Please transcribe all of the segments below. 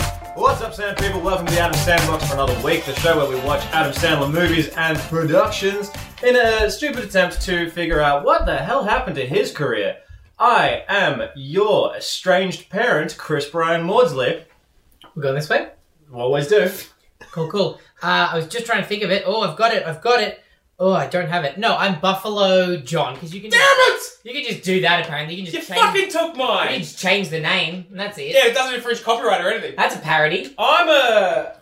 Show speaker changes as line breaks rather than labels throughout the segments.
up, Sandler people? Welcome to the Adam Sandbox for another week, the show where we watch Adam Sandler movies and productions in a stupid attempt to figure out what the hell happened to his career. I am your estranged parent, Chris Brian Maudslip.
We're going this way?
Always do.
Cool, cool. Uh, I was just trying to think of it. Oh, I've got it. I've got it. Oh, I don't have it. No, I'm Buffalo John because you can
Damn
just,
it!
you can just do that apparently. You can
You
just change,
fucking took
you can
mine!
just change the name and that's it.
Yeah, it doesn't infringe copyright or anything.
That's a parody.
I'm a.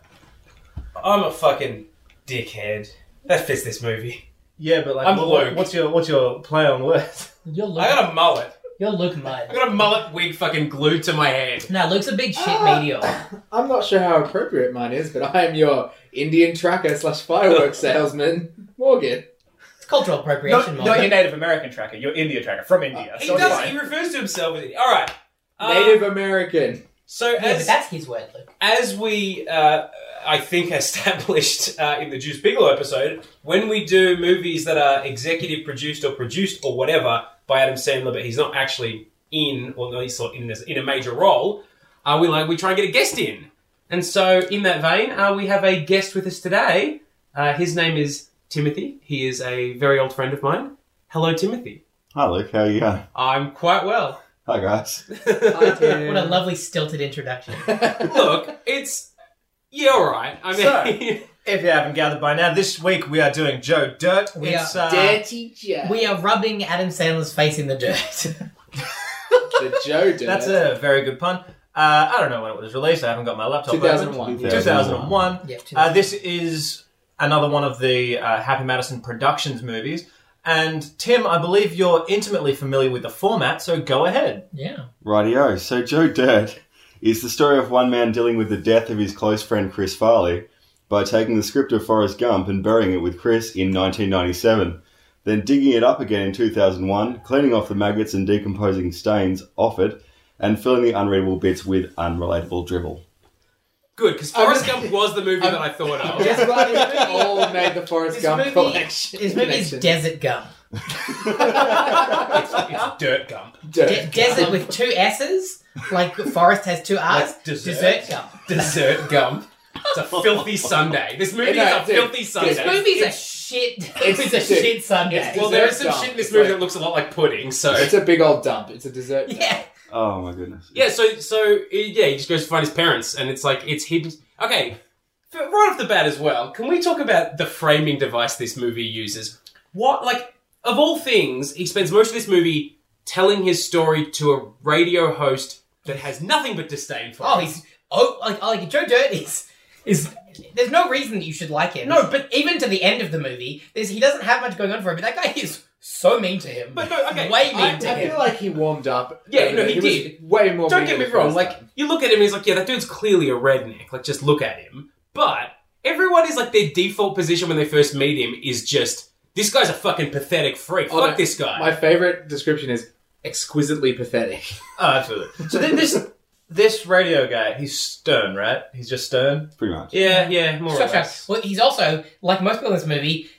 I'm a fucking dickhead.
That fits this movie.
Yeah, but like,
I'm
what- what-
Luke.
what's your what's your play on words?
You're Luke.
I got a mullet.
You're Luke
I
Mudd.
got a mullet wig fucking glued to my head.
No, Luke's a big shit
Ah.
meteor.
I'm not sure how appropriate mine is, but I am your Indian tracker slash fireworks salesman, Morgan.
It's cultural appropriation. Morgan.
Native American tracker, your India tracker from India.
He
so it's
does.
fine.
He refers to himself as All right. Um,
Native American.
So
yeah, but
as
that's his word, Luke.
as we, uh, I think, established uh, in the Juice Bigelow episode, when we do movies that are executive produced or produced or whatever by Adam Sandler, but he's not actually in, or at least not in this, in a major role, uh, we like we try and get a guest in. And so, in that vein, uh, we have a guest with us today. Uh, his name is Timothy. He is a very old friend of mine. Hello, Timothy.
Hi Luke, how you going?
I'm quite well.
Hi guys.
Tim.
What a lovely stilted introduction.
Look, it's yeah, all right. I mean,
If you haven't gathered by now, this week we are doing Joe Dirt.
We
it's, uh,
Dirty Joe.
we are rubbing Adam Sandler's face in the dirt.
the Joe did
That's
it.
a very good pun. Uh, I don't know when it was released. I haven't got my laptop.
2001.
Open. 2001.
yeah,
Uh, this is another one of the uh, Happy Madison Productions movies. And Tim, I believe you're intimately familiar with the format, so go ahead.
yeah.
Rightio. So Joe Dirt is the story of one man dealing with the death of his close friend Chris Farley by taking the script of Forrest Gump and burying it with Chris in 1997, then digging it up again in 2001, cleaning off the maggots and decomposing stains off it, and filling the unreadable bits with unrelatable dribble.
good because Forrest Gump was the movie that I thought of.
Just glad we all made the Forrest
This
Gump
movie-
collection.
His movie is
connection.
Desert Gum.
it's Dirt Gump.
Dirt.
De- desert with two S's, like forest has two
Ah,
R's.
Like dessert.
Dessert gum.
Dessert Gump. It's a filthy Sunday. This movie
No,
is a
dude,
filthy Sunday.
This movie's a shit. It's, a
it's-
shit Sunday.
it's-
well, there is
Dessert
some
Gump.
shit in this
It's
movie
like-
that looks a lot like pudding. So
It's a big old dump. It's a dessert. dump.
yeah,
Oh my goodness.
yeah, so so yeah, he just goes to find his parents, and it's like it's hidden. Okay, f- right off the bat as well. Can we talk about the framing device this movie uses? What like of all things, he spends most of this movie telling his story to a radio host that has nothing but disdain for.
Oh,
him.
he's oh like oh, like Joe Dirt is is. There's no reason that you should like him.
No, but-
even to the end of the movie, there's, he doesn't have much going on for him. But that guy is so mean to him.
But no, okay,
way mean
I-
to
I
him.
feel like he warmed up.
Yeah, no, he
was
did.
Way more.
Don't
mean
get
the
me wrong.
first
Like
time.
you look at him, and he's like, yeah, that dude's clearly a redneck. Like just look at him. But everyone is like their default position when they first meet him is just this guy's a fucking pathetic freak.
Oh,
Fuck
no,
this guy.
my favorite description is exquisitely pathetic.
Oh, absolutely. So th- this this radio guy, he's stern, right? He's just stern.
Pretty much.
yeah, yeah, more or
Structure.
less.
Well, he's also like most people in this movie,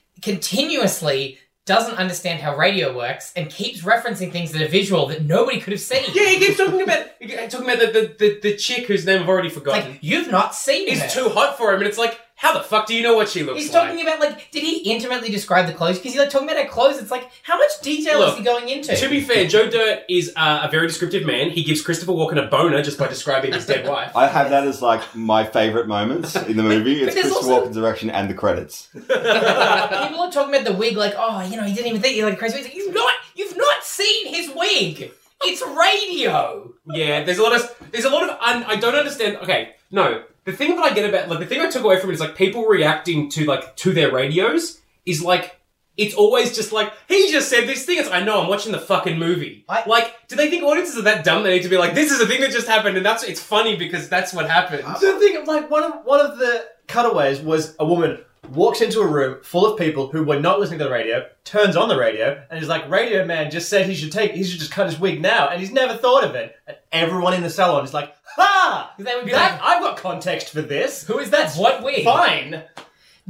continuously doesn't understand how radio works and keeps referencing things that are visual that nobody could have seen.
Yeah, he keeps talking about he keeps talking about the, the, the, the chick whose name I've already
It's
forgotten.
like you've not seen
is
her.
too hot for him, and it's like, how the fuck do you know what she looks
He's
like?
talking about like, did he intimately describe the clothes? Because he's like talking about her clothes. It's like, how much detail
Look,
is he going into?
to be fair, Joe Dirt is uh, a very descriptive man. He gives Christopher Walken a boner just by describing his dead wife.
I have that as like my favourite moments in the movie.
but
It's
there's
Chris
also-
Walken's direction and the credits.
People are talking about the wig, like, oh, you know, he didn't even think you like crazy. He's like, you've not, you've not seen his wig. It's radio.
Yeah, there's a lot of there's a lot of un, I don't understand. Okay, no, the thing that I get about like the thing I took away from it is like people reacting to like to their radios is like it's always just like he just said this thing. It's I know I'm watching the fucking movie.
I-
like, do they think audiences are that dumb? They need to be like, this is a thing that just happened, and that's it's funny because that's what happened.
The thing, like one of one of the cutaways was a woman walks into a room full of people who were not listening to the radio, turns on the radio, and is like, "Radio man just said he should take, he should just cut his wig now," and he's never thought of it. And everyone in the salon is like, "Ha!
Because they would be
That
like,
I've got context for this.
who is that? What wig?
Fine."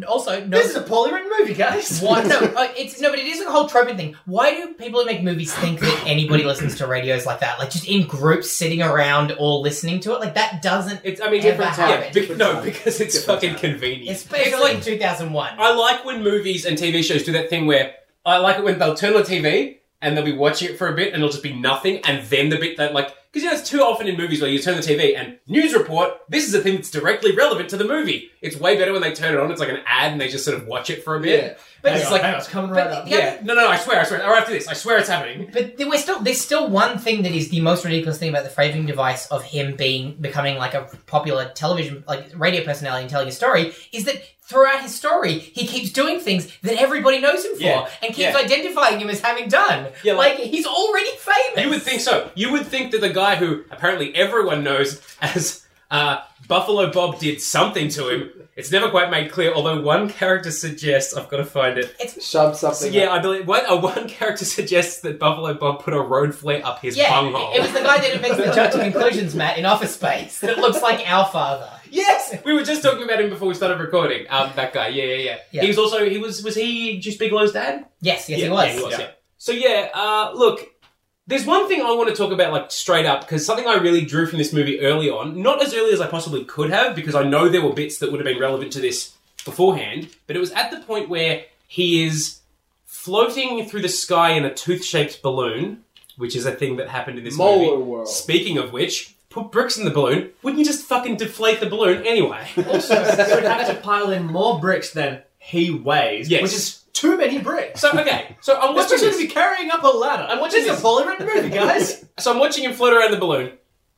Also, no.
This is a poorly written movie, guys.
Why, no, uh, it's no, but it is a whole trope thing. Why do people who make movies think that anybody listens to radios like that, like just in groups sitting around all listening to it? Like that doesn't,
It's I mean
Ever happened.
Yeah, be- no,
Different time.
because it's
Different
fucking
time.
convenient.
especially
It's like
in two thousand one.
I like when movies and TV shows do that thing where I like it when they'll turn on the TV and they'll be watching it for a bit and it'll just be nothing and then the bit that like because you know it's too often in movies where you turn the TV and news report this is a thing that's directly relevant to the movie. It's way better when they turn it on. It's like an ad and they just sort of watch it for a bit.
Yeah.
But
Hang
it's
on,
like,
hang on, it's coming
but
right up.
the
Yeah. No, no, no. I swear, I swear. All right, after this, I swear it's happening.
But there- we're still there's still one thing that is the most ridiculous thing about the framing device of him being becoming like a popular television like radio personality and telling a story is that throughout his story he keeps doing things that everybody knows him for
Yeah.
and keeps
Yeah.
identifying him as having done.
Yeah, like-
like, he's already famous.
You would think so. You would think that the guy who apparently everyone knows as uh, Buffalo Bob did something to him. It's never quite made clear, although one character suggests I've got to find it.
Shove
So
something.
yeah, I believe one, uh, one character suggests that Buffalo Bob put a road flare up his
yeah,
bunghole.
it was the guy that invents the jump to conclusions, Matt, in Office Space that looks like our father.
yes, we were just talking about him before we started recording. Um, that guy. Yeah, yeah, yeah,
Yeah.
He was also he was was he Juice Bigelow's dad?
Yes, yes,
yeah,
he was.
yeah, he was.
Yeah.
yeah. So yeah, uh, look, there's one thing I want to talk about, like straight up, because something I really drew from this movie early on, not as early as I possibly could have, because I know there were bits that would have been relevant to this beforehand, but it was at the point where he is floating through the sky in a tooth-shaped balloon, which is a thing that happened in this movie.
Molar world.
Speaking of which, put bricks in the balloon. Wouldn't you just fucking deflate the balloon anyway?
Also, they would have to pile in more bricks than he weighs,
Yes.
which is too many bricks.
so okay, so I'm watching
Especially
this.
if you're carrying up a ladder.
I'm watching
this is
this.
a poorly written movie, guys.
So I'm watching him float around the balloon,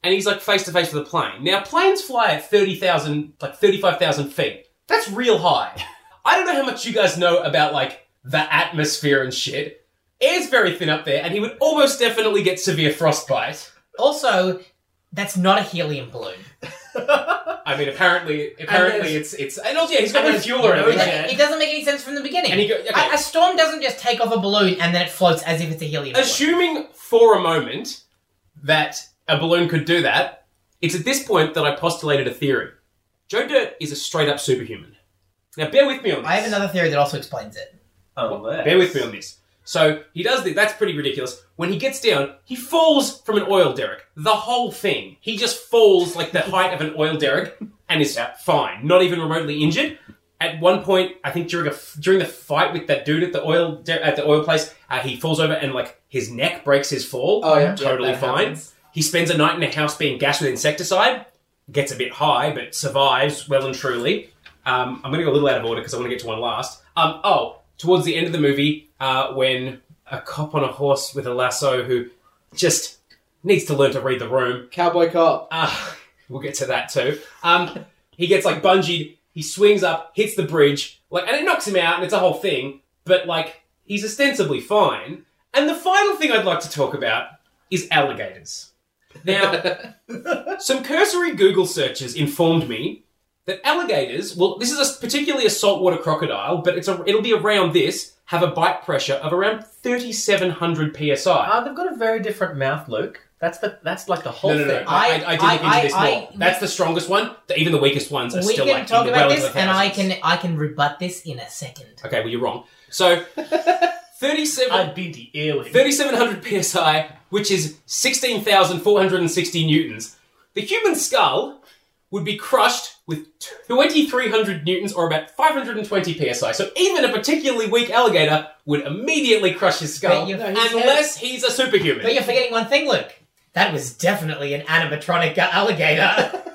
and he's like face to face with a plane. Now planes fly at thirty thousand, like thirty-five thousand feet. That's real high. I don't know how much you guys know about like the atmosphere and shit. Air's very thin up there, and he would almost definitely get severe frostbite.
Also, that's not a helium balloon.
I mean, apparently, apparently
there's-
it's it's and also yeah, he's got
and
no
there's
fuel or
no
anything.
jet.
Like, it doesn't make any sense from the beginning.
And he go- okay.
a, a storm doesn't just take off a balloon and then it floats as if it's a helium balloon.
Assuming for a moment that a balloon could do that, it's at this point that I postulated a theory. Joe Dirt is a straight up superhuman. Now, bear with me on this.
I have another theory that also explains it.
Unless.
Bear with me on this. So he does this. That's pretty ridiculous. When he gets down, he falls from an oil derrick. The whole thing. He just falls like the height of an oil derrick and is uh, fine, not even remotely injured. At one point, I think during a f- during the fight with that dude at the oil der- at the oil place, uh, he falls over and like his neck breaks his fall.
Oh, yeah.
totally
Yeah, that
fine.
happens.
He spends a night in a house being gassed with insecticide. Gets a bit high, but survives well and truly. Um, I'm going to go a little out of order because I want to get to one last. Um, oh, towards the end of the movie, uh, when a cop on a horse with a lasso who just needs to learn to read the room.
Cowboy cop.
Uh, we'll get to that too. Um, he gets like bungeed. He swings up, hits the bridge, like, and it knocks him out, and it's a whole thing. But like, he's ostensibly fine. And the final thing I'd like to talk about is alligators. Now, some cursory Google searches informed me that alligators, well, this is a, particularly a saltwater crocodile, but it's a, it'll be around this, have a bite pressure of around 3,700 psi.
Ah, they've got a very different mouth, Luke. That's the that's like the whole
No, no, no.
thing.
I, I, I did look
I-
into this
I-
more.
I-
That's the strongest one. The, even the weakest ones are
we
still
can
like
talk
in the
about
well
this,
into the
and I
thousands.
can I can rebut this in a second.
Okay, well, you're wrong. So, 37
I'd be the earwig.
3,700 psi, which is 16,460 newtons. The human skull would be crushed with 2,300 newtons, or about 520 psi. So even a particularly weak alligator would immediately crush his skull,
But you-
No, he's-
unless he's a superhuman.
But you're forgetting one thing, Luke. That was definitely an animatronic alligator.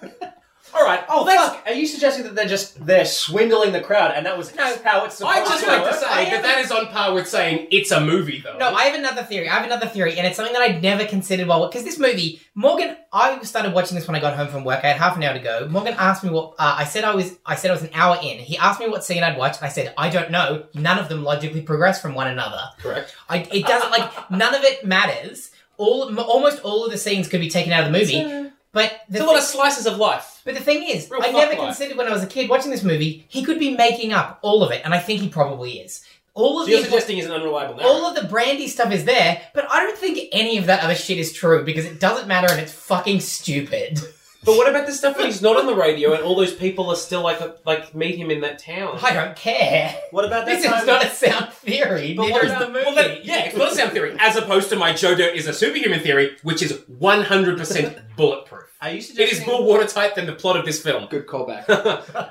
All right.
Oh, fuck! Are you suggesting that they're just they're swindling the crowd, and that was
No.
how it's supposed
I just like to
work?
say
I
that that is on par with saying it's a movie, though.
no, I have another theory. I have another theory, and it's something that I'd never considered while because this movie, Morgan. I started watching this when I got home from work. I had half an hour to go. Morgan asked me what uh, I said. I was I said I was an hour in. He asked me what scene I'd watch, and I said I don't know. None of them logically progress from one another.
correct.
I, it doesn't like none of it matters. All m- almost all of the scenes could be taken out of the movie, but the
It's a lot
thi-
of slices of life.
but the thing is,
Real
I
fuck
never
life.
considered when I was a kid watching this movie he could be making up all of it, and I think he probably is. All of
So you're
the
suggesting is an unreliable narrative.
all of the brandy stuff is there, but I don't think any of that other shit is true because it doesn't matter and it's fucking stupid.
But what about the stuff when he's not on the radio and all those people are still like like meet him in that town?
I don't care.
What about that
This
time?
is not a sound theory.
But
Neither
what
is the
about-
movie.
well, then, yeah, it's not a sound theory, as opposed to my JoJo is a superhuman theory, which is 100% bulletproof.
are you
It is
suggesting?
more watertight than the plot of this film.
Good callback.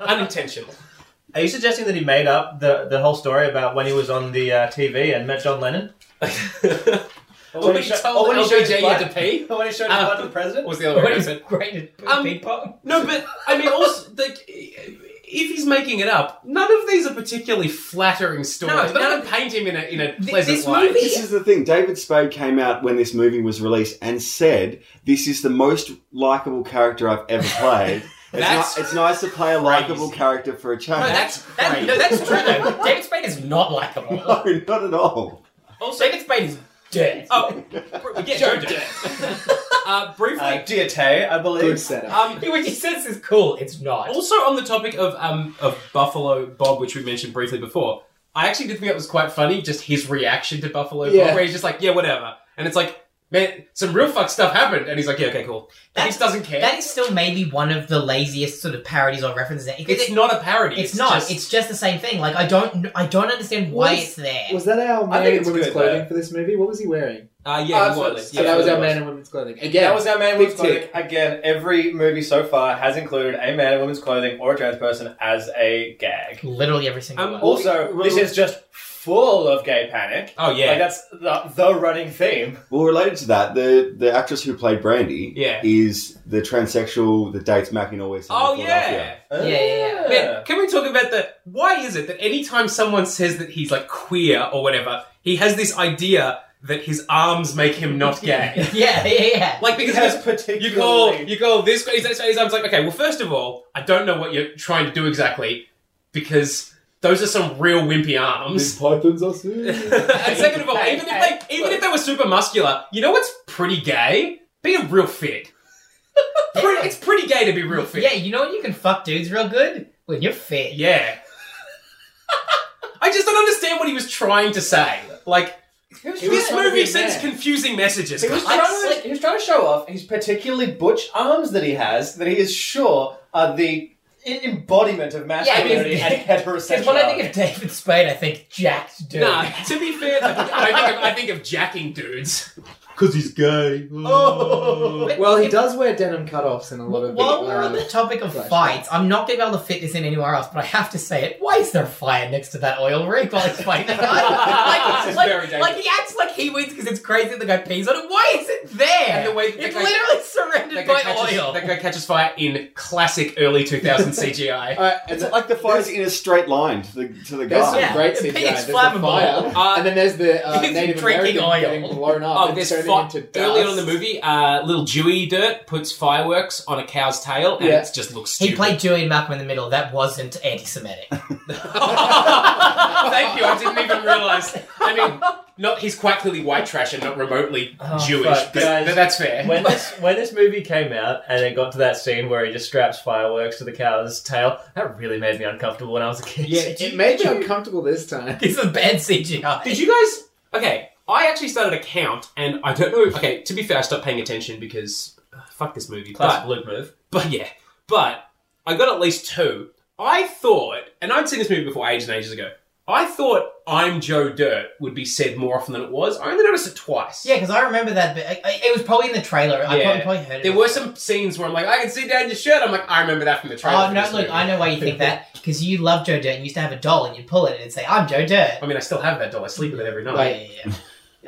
Unintentional.
Are you suggesting that he made up the, the whole story about when he was on the uh, TV and met John Lennon?
when
Or when
he
he sho-
told
or when he showed
LBJ
his
he
butt?
had to pee,
When he showed his
Uh,
butt to the
What
president?
was the other
What
way
is
around?
great at
Um,
ping pong?
No, but I mean, also, like, if he's making it up, none of these are particularly flattering stories.
No,
No,
none
none
of-
paint him in a in a
Th-
pleasant
this
light.
movie-
This is the thing. David Spade came out when this movie was released and said, "This is the most likable character I've ever played." It's,
That's
ni- it's nice to play a likable
crazy.
character for a change.
No,
that's
that's that, no, that's true though. David Spade is not likable.
No, not at all.
Also,
David Spade is dead.
oh, br- yeah,
Joe
Joe
Dirt.
Dirt. uh, briefly,
Uh, Diate, I
Good
believe.
setup.
um,
He which he says is cool. It's not.
Also, on the topic of um, of Buffalo Bob, which we mentioned briefly before, I actually did think that was quite funny. Just his reaction to Buffalo
Yeah.
Bob, where he's just like, "Yeah, whatever," and it's like, "Man, some real fuck stuff happened," and he's like, "Yeah, okay, cool." And he
That's-
just doesn't care.
That is still maybe one of the laziest sort of parodies or references. It-
it's
it-
not a parody.
it's not.
just-
It's just the same thing. Like I don't. I don't understand why
Was-
it's there.
Was that our
I
man
think
in
it's
women's
good,
clothing
though.
for this movie? What was he wearing?
uh, yeah,
Oh, so-
he was.
so
Yeah,
so that was
he
our man in women's clothing. Again,
That was our man in
Big
women's clothing.
tick.
Again, every movie so far has included a man in women's clothing or a trans person as a gag.
Literally every single
Um,
one.
Also, this is just full of gay panic.
Oh yeah,
Like, that's the, the running theme.
Well, related to that, the the actress who played Brandy
Yeah.
is the transsexual that dates Mac in Always Sunny in
Oh
Philadelphia.
yeah.
Yeah, yeah,
Ah.
Man, can we talk about the why is it that anytime someone says that he's like queer or whatever, he has this idea that his arms make him not gay.
yeah, yeah, yeah.
like
He
because
has
You call
particularly.
you call this guy. He's, he's, I'm like, okay, well, first of all, I don't know what you're trying to do exactly because those are some real wimpy
Miss
arms.
Python's us.
and second of all, even if they even if they were super muscular, you know what's pretty gay? Being real fit. Pretty- it's pretty gay to be real fit.
Yeah, you know when you can fuck dudes real good when you're fit.
Yeah. I just don't understand what he was trying to say. Like this
trying to be
movie
a
sends
man.
confusing messages.
He was,
I-
trying to, he was trying to show off his particularly butch arms that he has, that he is sure are the i- embodiment of masculinity
Yeah, I mean-
and heterosexuality.
Because when I think of David Spade, I think jacked dude.
Nah, to be fair, I think, I think of, I think of jacking dudes.
Because he's gay.
Oh.
But
Well, he
if-
does wear denim cutoffs in a lot of.
While
big,
we're on
uh,
the topic of
flashback.
fights, I'm not going to be able to fit this in anywhere else, but I have to say it. Why is there fire next to that oil rig while he's fighting that guy?
This
like,
is
like,
very dangerous.
like, he acts like he wins because it's crazy that the guy pees on it. Why is it there?
And the way that
it's
the guy-
literally
That
surrounded
guy,
by
catches,
oil.
that guy catches fire in classic early 2000 CGI.
All right, and
It's
th-
like the fire's in a straight line to the to the
There's some
guy.
Yeah,
great
the
CGI.
pig's
There's the
flammable.
fire,
Uh,
and then there's the uh,
he's
Native
drinking
American
oil.
getting blown up
Oh,
and
there's
turning
fi-
into dust.
early on in the movie, uh, little Dewey Dirt puts fireworks on a cow's tail, and
Yeah.
it just looks stupid.
he played Julian Malcolm in the middle. That wasn't anti Semitic.
Thank you. I didn't even realize. I mean, not he's quite clearly white trash and not remotely
Oh,
Jewish,
fuck,
but,
guys.
but that's fair.
when this when this movie came out and it got to that scene where he just straps fireworks to the cow's tail, that really made me uncomfortable when I was a kid.
Yeah,
It made you uncomfortable this time.
this is bad CGI.
Did you guys? Okay, I actually started a count, and I don't know. Okay, to be fair, I stopped paying attention because ugh, fuck this movie.
classic Luke move.
But yeah, but I got at least two. I thought, and I'd seen this movie before ages and ages ago. I thought "I'm Joe Dirt" would be said more often than it was. I only noticed it twice.
Yeah, because I remember that bit. I, I- it was probably in the trailer. I
Yeah.
probably, probably heard it.
there were some scenes where I'm like, "I can see down your shirt." I'm like, "I remember that from the trailer."
Oh
for
no!
this
Look,
movie."
I know why you think that because you love Joe Dirt. and You used to have a doll, and you'd pull it and it'd say, "I'm Joe Dirt."
I mean, I still have that doll. I sleep with it every night.
Oh, yeah, yeah, yeah.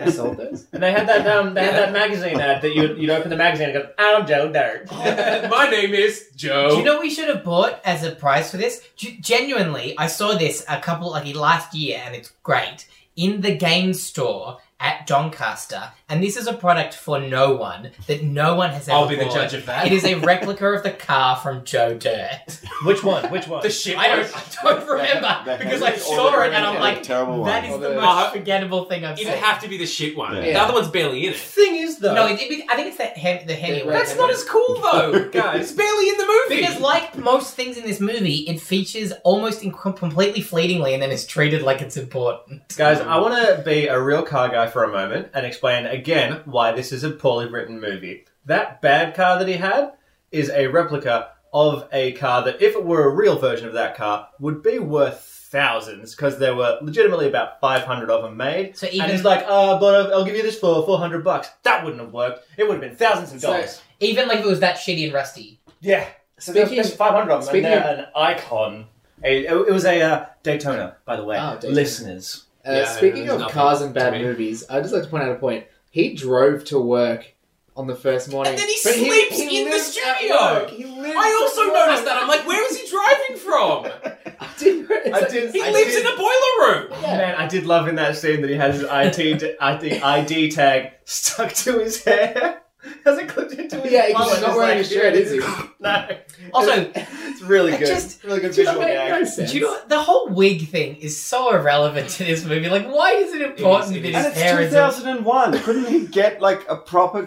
I sold those.
And they had that um, they had that magazine ad that you'd, you'd open the magazine and go, "I'm Joe Dirt."
My name is Joe.
Do you know what we should have bought as a prize for this? G- genuinely, I saw this a couple like last year, and it's great in the game store at Doncaster. And this is a product for no one that no one has ever.
I'll be the
bought.
judge of that.
It is a replica of the car from Joe Dirt.
Which one? Which one?
the shit.
I don't, I don't remember
That
because
has-
I
or the
saw it and I'm
terrible-
like,
terrible one.
that is the
Or the-
most forgettable thing I've seen.
It'd have to be the shit one.
Yeah.
The other one's barely in it.
thing is though.
No, it, it, I think it's that hem, the Hemi.
Yeah,
one.
right,
That's not as cool though, guys. It's barely in the movie.
Because, like most things in this movie, it features almost inc- completely fleetingly and then is treated like it's important.
Guys, I want to be a real car guy for a moment and explain again why this is a poorly written movie. That bad car that he had is a replica of a car that, if it were a real version of that car, would be worth thousands because there were legitimately about 500 of them made.
So
and
even-
he's like, uh, but I'll- I'll give you this for 400 bucks. That wouldn't have worked. It would have been thousands of
So-
dollars.
Even like if it was that shitty and rusty.
yeah. So there's,
Speaking-
there's 500 of them,
speaking
and they're an icon. A, it was a uh, Daytona, by the way.
Ah, Daytona.
Listeners.
Uh,
Yeah,
speaking
there's
of
nothing
cars and bad
to me.
movies, I'd just like to point out a point. He drove to work on the first morning.
And then he
but
sleeps in the
lives at
studio!
work. He lives
I also
at work.
noticed that. I'm like, where is he driving from?
I did.
I did-
He
I
lives
did-
in a boiler room.
Yeah.
Man, I did love in that scene that he has his IT d- ID, ID tag stuck to his hair. Has it clipped into his
Yeah,
mullet.
he's not
It's
wearing
like-
a shirt, is he?
No.
Also,
It's really
I
good.
just-
really good
Do you know
visual
what I mean?
gag.
No sense.
do you know what? the whole wig thing is so irrelevant to this movie? Like, why is it important
it is.
And
that
it's
his hair is? a-
2001. Couldn't he get like a proper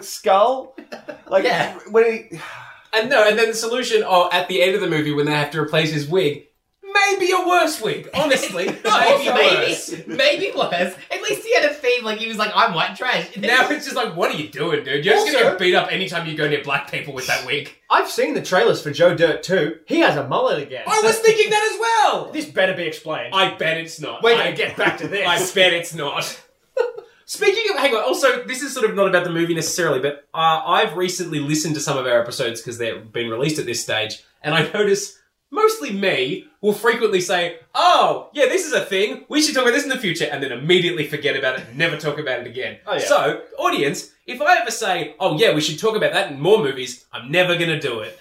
skull? Like
Yeah.
when he,
And no, and then the solution, oh, at the end of the movie when they have to replace his wig, maybe a worse wig. Honestly, maybe
Also,
worse.
maybe, maybe worse. At least he had a theme. Like he was like, "I'm white trash." And then
Now
he-
it's just like, what are you doing, dude? You're just
Also-
gonna get beat up anytime you go near black people with that wig.
I've seen the trailers for Joe Dirt 2. He has a mullet again.
I was thinking that as well.
This better be explained.
I bet it's not.
We're
I
gonna get back to this.
I bet it's not. Speaking of, hang on. Also, this is sort of not about the movie necessarily, but uh, I've recently listened to some of our episodes because they've been released at this stage, and I notice mostly me will frequently say, "Oh, yeah, this is a thing. We should talk about this in the future," and then immediately forget about it, and never talk about it again.
Oh, yeah.
So, audience, if I ever say, "Oh, yeah, we should talk about that in more movies," I'm never gonna do it.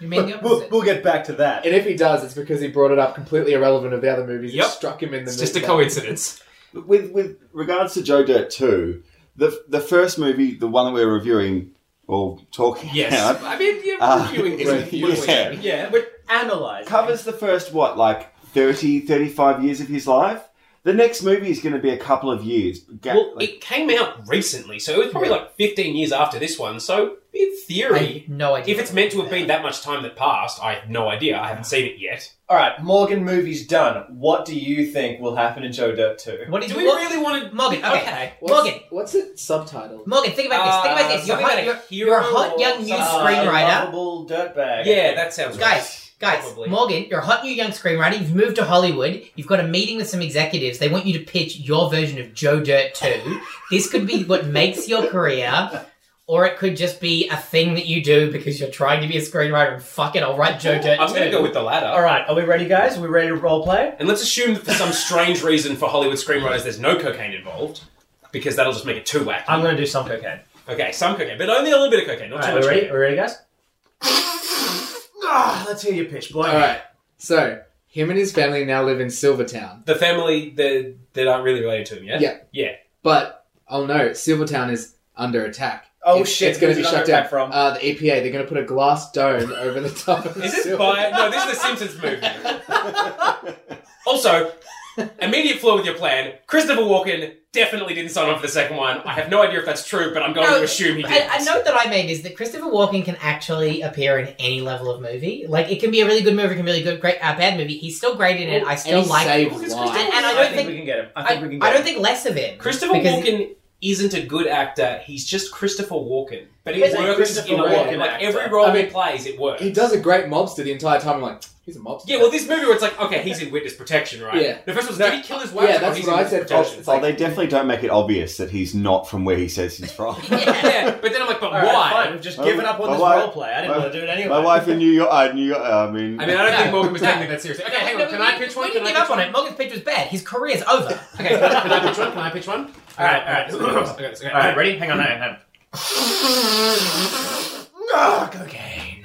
you mean the
But we'll,
opposite?
we'll get back to that.
And if he does, it's because he brought it up completely irrelevant of the other movies.
Yep.
It struck him in the.
It's just a
movie.
coincidence.
with with regards to Joe Dirt 2, the the first movie, the one that we're reviewing or talking
Yes,
about,
I mean, yeah,
Ah,
reviewing
right,
is yeah.
yeah.
yeah,
We're analyzing.
covers the first what like 30 35 years of his life the next movie is going to be a couple of years Ga-
Well,
like-
it came out recently, so it was probably like 15 years after this one. So, in
I
theory,
have no idea.
if it's meant to have been that much time that passed, I have no idea. I haven't seen it yet.
Alright, Morgan movie's done. What do you think will happen in Joe Dirt 2?
what did
Do
you
we
what-
really want to?
Morgan? Okay.
What's,
Morgan.
What's it subtitled?
Morgan, think about this. Think about this. You're hot-
Uh, something
you're-
about a hero
you're a hot
or
young new
something.
Uh,
Screenwriter.
lovable dirtbag.
yeah, that sounds
Guys, guys,
Probably.
Morgan, you're a hot new young screenwriter. You've moved to Hollywood. You've got a meeting with some executives. They want you to pitch your version of Joe Dirt 2. this could be what makes your career, or it could just be a thing that you do because you're trying to be a screenwriter and fuck it, I'll write Joe Dirt
Right. I'm
2.
going to go with the latter.
Alright, are we ready, guys? Are we ready to roleplay?
And let's assume that for some strange reason for Hollywood screenwriters, there's no cocaine involved, because that'll just make it too wacky.
I'm gonna do some cocaine.
okay, some cocaine, but only a little bit of cocaine, not too
Alright,
much.
we ready?
cocaine.
we ready, guys? Ah, let's hear your pitch, boy.
All right. So him and his family now live in Silvertown,
The family that that aren't really related to him, yeah.
Yeah. but oh no, Silvertown is under attack.
Oh
It's-
shit,
It's going to
who's
be
it
shut
under attack
down
from?
Uh, the EPA. They're going to put a glass dome over the top. Of
Is this
Silver-
by no? This is the Simpsons movie. Also, immediate flaw with your plan. Christopher Walken definitely didn't sign on for the second one. I have no idea if that's true, but I'm going
No,
to assume he
A,
did.
a note that I made is that Christopher Walken can actually appear in any level of movie. Like, it can be a really good movie, it can be a really good, great, uh, bad movie. He's still great in it. I
And
still
he
like
saved
Because
lives.
And- and I
I
don't
think,
think-
we can get him. I
I,
think we can get
I
him.
don't think less of him.
Christopher
Because-
Walken isn't a good actor. He's just Christopher Walken, but he
He's a
works
Christopher
in a
Walken
way. Like
actor.
every role
I mean,
he plays, it works.
He does a great mobster the entire time. I'm like, he's a mobster.
Yeah, well, this movie where it's like, okay, he's in witness protection, right?
Yeah.
The first one's,
No,
did he kill his wife?
yeah,
or
that's
he's
what
in
I
witness
said.
protection?
It's
oh,
like-
they definitely don't make it obvious that he's not from where he says he's from
Yeah.
yeah, but then I'm like, but
Alright,
why?
fine, We've just
My-
given up on
my
this
wife-
roleplay. I didn't
my-
want to do it anyway.
my wife in new york i knew i mean
I mean, I don't think
No.
Morgan was taking that seriously. Okay, hang on.
No,
can
we-
I pitch one?
We
Can
didn't give
I pitch
up on
one?
it. Morgan's pitch was bad. His career's over.
Okay, can I, can I pitch one? Can I pitch one? All
right, all right.
I got this. Okay,
All right,
ready?
ready? Hang on, hang on, hang on. Ah, cocaine.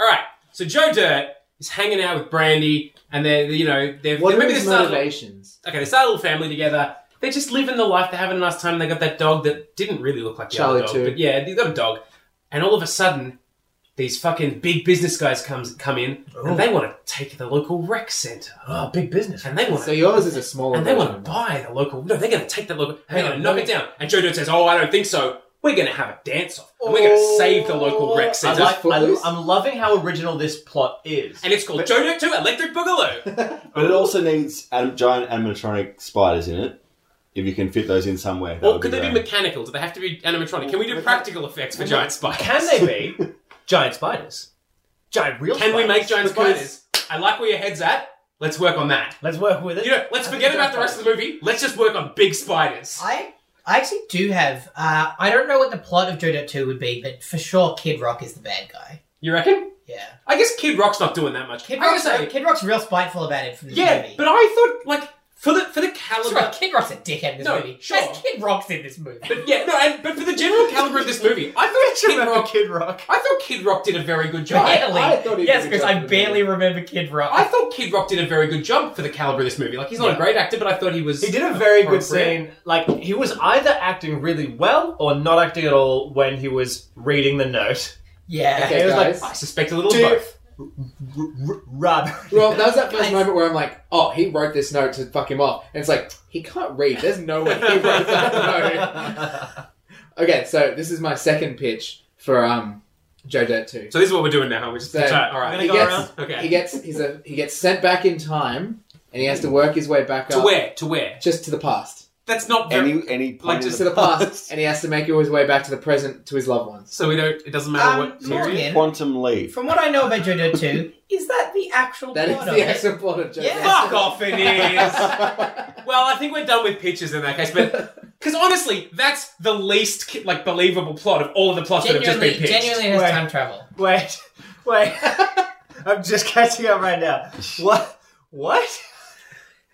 All right. So Joe Dirt is hanging out with Brandy, and they're you know they're
What are
maybe they
his
started
motivations?
okay they start a little family together. They're just living the life. They're having a nice time. They got that dog that didn't really look like the
Charlie
other dog,
too.
but yeah, they got a dog. And all of a sudden, these fucking big business guys comes come in,
Ooh.
and they want to take the local rec center,
Oh, big business.
and they want
So
to.
yours is a smaller.
And they want to
version.
buy the local. No, they're going to take the local. They're
Hang
going to
on,
knock
let
it down. And Joe Dirt says, "Oh, I don't think so. We're going to have a dance off, and we're going to save the local rec
Oh, I
center."
like, I,
Footloose?
I'm loving how original this plot is.
and it's called Joe Dirt 2 Electric Boogaloo.
but it also needs anim- giant animatronic spiders in it if you can fit those in somewhere that
or
would
could they be
great.
mechanical? Do they have to be animatronic? Can we do practical effects for giant spiders?
Can they be? giant spiders. Giant real
Can we
spiders.
make giant
Because-
spiders? I like where your head's at. Let's work on that.
Let's work with it.
You know, let's
I
forget
think
about the
giant
rest of the movie. Let's just work on big spiders.
I I actually do have. Uh, I don't know what the plot of JoJo Two would be, but for sure, Kid Rock is the bad guy.
You reckon?
Yeah,
I guess Kid Rock's not doing that much.
Kid
I gotta
Rock's,
say,
Kid Rock's real spiteful about it from the
yeah,
movie.
but I thought like for the for the
That's
caliber.
right, Kid Rock's a dickhead in this
No,
movie.
sure.
There's Kid Rock's in this movie.
But yeah, no, and, but for the general caliber of this movie, I thought Kid Rock.
Kid Rock.
I thought Kid Rock did a very good job.
Barely.
I thought he did
yes,
a
because
good
I
job in the
barely remember Kid Rock.
I thought Kid Rock did a very good job for the caliber of this movie. Like he's not
Yeah.
a great actor, but I thought he was.
He did a very good
appropriate.
scene. Like he was either acting really well or not acting at all when he was reading the note.
yeah.
Okay,
it was like,
guys.
I suspect a little
Do-
of both.
R- r- Rub.
Well, that was that first
Guys.
moment where I'm like, oh, he wrote this note to fuck him off. And it's like, he can't read. There's no way he wrote that note. Okay, so this is my second pitch for um, Joe Dirt 2.
So this is what we're doing now. We're just
So-
chat. All
We're
right.
gonna
He
go
gets-
around.
Okay.
He gets he's a, he gets sent back in time, and he has to work his way back
to
up.
where? To where?
Just to the past.
That's not very.
Any any point
Like,
in
Just
the
to the past.
past.
and he has to make his way back to the present to his loved ones.
so we don't. It doesn't matter
Um,
what period.
Morgan,
Quantum leap.
from what I know about JoJo Two, is that the actual
That is
plot
the
of it?
actual plot of Joe
Yeah.
Fuck off! It is. Well, I think we're done with pitches in that case, but because honestly, that's the least ki- like believable plot of all of the plots that have
Genuinely,
just been pitched.
genuinely has
Wait.
time travel.
Wait, wait. I'm just catching up right now. What? What?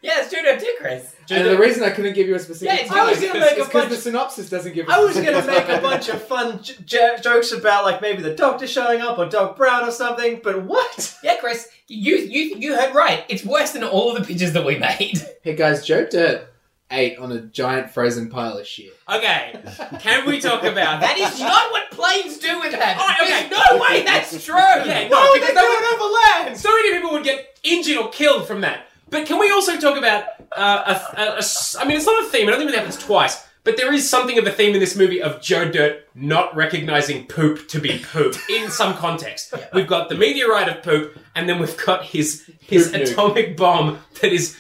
Yeah, it's JoJo Two, Chris.
and the reason I couldn't give you a specific
Yeah, it's-
I was gonna make a
because
bunch.
the synopsis doesn't give.
I was gonna make a bunch of fun j- j- jokes about like maybe the doctor showing up or Doc Brown or something, but what?
Yeah, Chris, you you you heard right. It's worse than all of the pitches that we made.
Hey guys, Joe Dirt ate on a giant frozen pile of shit.
Okay, can we talk about
That is not what planes do with that.
Alright, okay.
There's no way that's true.
Yeah, no,
Oh,
because
they're
that would-
going over land.
so many people would get injured or killed from that. But can we also talk about uh, a, a- a s- I mean, it's not a theme. I don't think it happens twice. But there is something of a theme in this movie of Joe Dirt not recognizing poop to be poop in some context. We've got the meteorite of poop, and then we've got his his
Poop nuke.
atomic bomb that is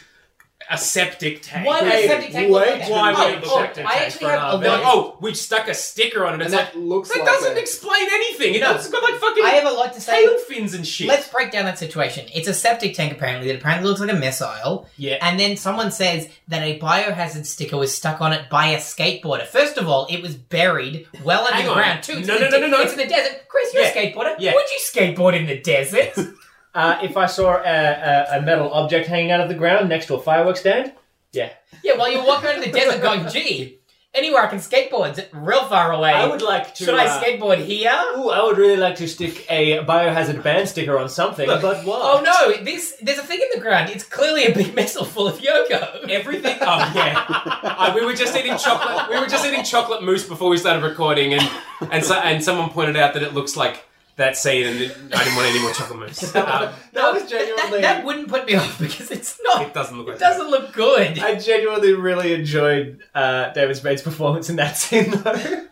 a septic tank.
Why would
Hey,
a septic tank
wait,
look like that?
Why would
oh,
it look
oh,
like that?
I actually
Right
have a
on,
They're like,
lot.
oh, we stuck a sticker on it. It's
And
like
that looks
that
like
doesn't
a-
explain anything. It
No.
has got like fucking
I have a lot to say.
tail fins and shit.
Let's break down that situation. It's a septic tank apparently that apparently looks like a missile.
Yeah.
And then someone says that a biohazard sticker was stuck on it by a skateboarder. First of all, it was buried well
Hang on.
underground too. It's
No,
in
no,
the
no,
de-
no, no.
It's in the desert. Chris, you're
Yeah.
a skateboarder.
Yeah.
Would you skateboard in the desert?
Uh, if I saw a, a, a metal object hanging out of the ground next to a fireworks stand,
yeah, while you're walking around in the desert going, gee, anywhere I can skateboard, it's real far away.
I would like to.
Should I
uh,
skateboard here?
Ooh, I would really like to stick a biohazard band sticker on something,
Look,
but what?
Oh no, this there's a thing in the ground. It's clearly a big missile full of Yoko.
Everything. Oh yeah. Uh, we were just eating chocolate. We were just eating chocolate mousse before we started recording, and and so, and someone pointed out that it looks like that scene, and it- I didn't want any more chocolate mousse. Um,
that was
That-
genuinely.
That, that wouldn't put me off because it's not.
it doesn't look like
It doesn't look good.
I genuinely really enjoyed uh, David Spade's performance in that scene, though.
that.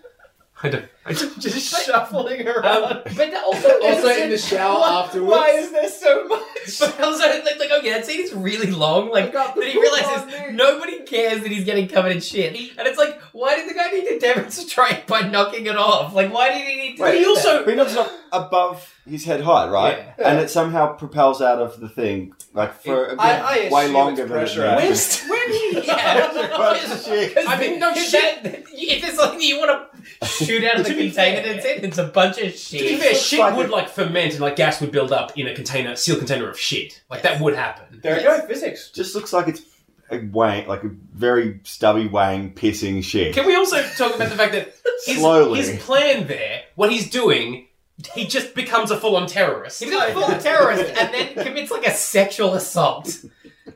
I don't. I don't-
Just shuffling around.
But that also,
Also in the shower
Why-
afterwards.
Why is there so much?
but also like, like okay, that scene is really long. Like
got the
that he
poop on
realizes
me.
nobody cares that he's getting covered in shit, and it's like, why did the guy need to demonstrate by knocking it off? Like, why did he need to?
Wait,
do
he
that?
also he knocks it up above his head height, right? And it somehow propels out of the thing like for a
I- I
bit-
assume
way
it's
longer than it
pressure.
needs.
Where did he? Yeah.
But shit.
Because
I mean, no
because
shit.
that- if there's something you want to shoot out of the
To be
container,
fair.
that's it. It's a bunch of
To be
shit.
fair, shit
like
would
it-
like ferment and like gas would build up in a container, sealed container of shit. Like that would happen.
There you go, physics.
Just looks like it's a wang, like a very stubby wang pissing shit.
Can we also talk about the fact that his,
Slowly.
his plan there, what he's doing, he just becomes a full-on terrorist.
He's a full terrorist and then commits like a sexual assault.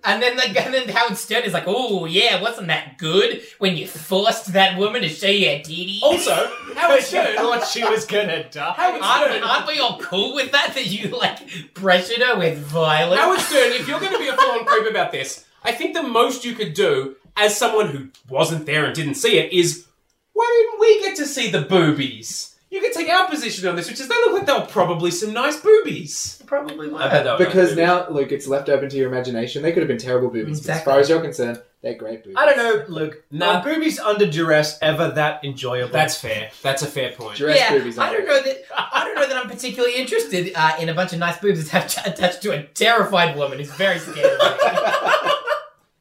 And then, like, and then Howard Stern is like, "Oh yeah, wasn't that good when you forced that woman to show you her titties?"
Also, Howard Stern.
thought she was gonna die.
Howard Stern.
aren't, aren't we all cool with that? That you like pressured her with violence?
Howard Stern, if you're going to be a full-on creep about this, I think the most you could do, as someone who wasn't there and didn't see it, is why didn't we get to see the boobies? You You can take our position on this, which is they look like they were probably some nice boobies.
Probably
I bet they were nice
because
boobies.
now, Luke, it's left open to your imagination. They could have been terrible boobies. but As
Exactly.
far as you're concerned, they're great boobies.
I don't know, Luke.
Nah.
Are boobies under duress ever that enjoyable?
that's fair. That's a fair point.
Dress
yeah,
boobies.
I don't know that. I don't know that I'm particularly interested uh, in a bunch of nice boobs attached, attached to a terrified woman who's very scared. of me.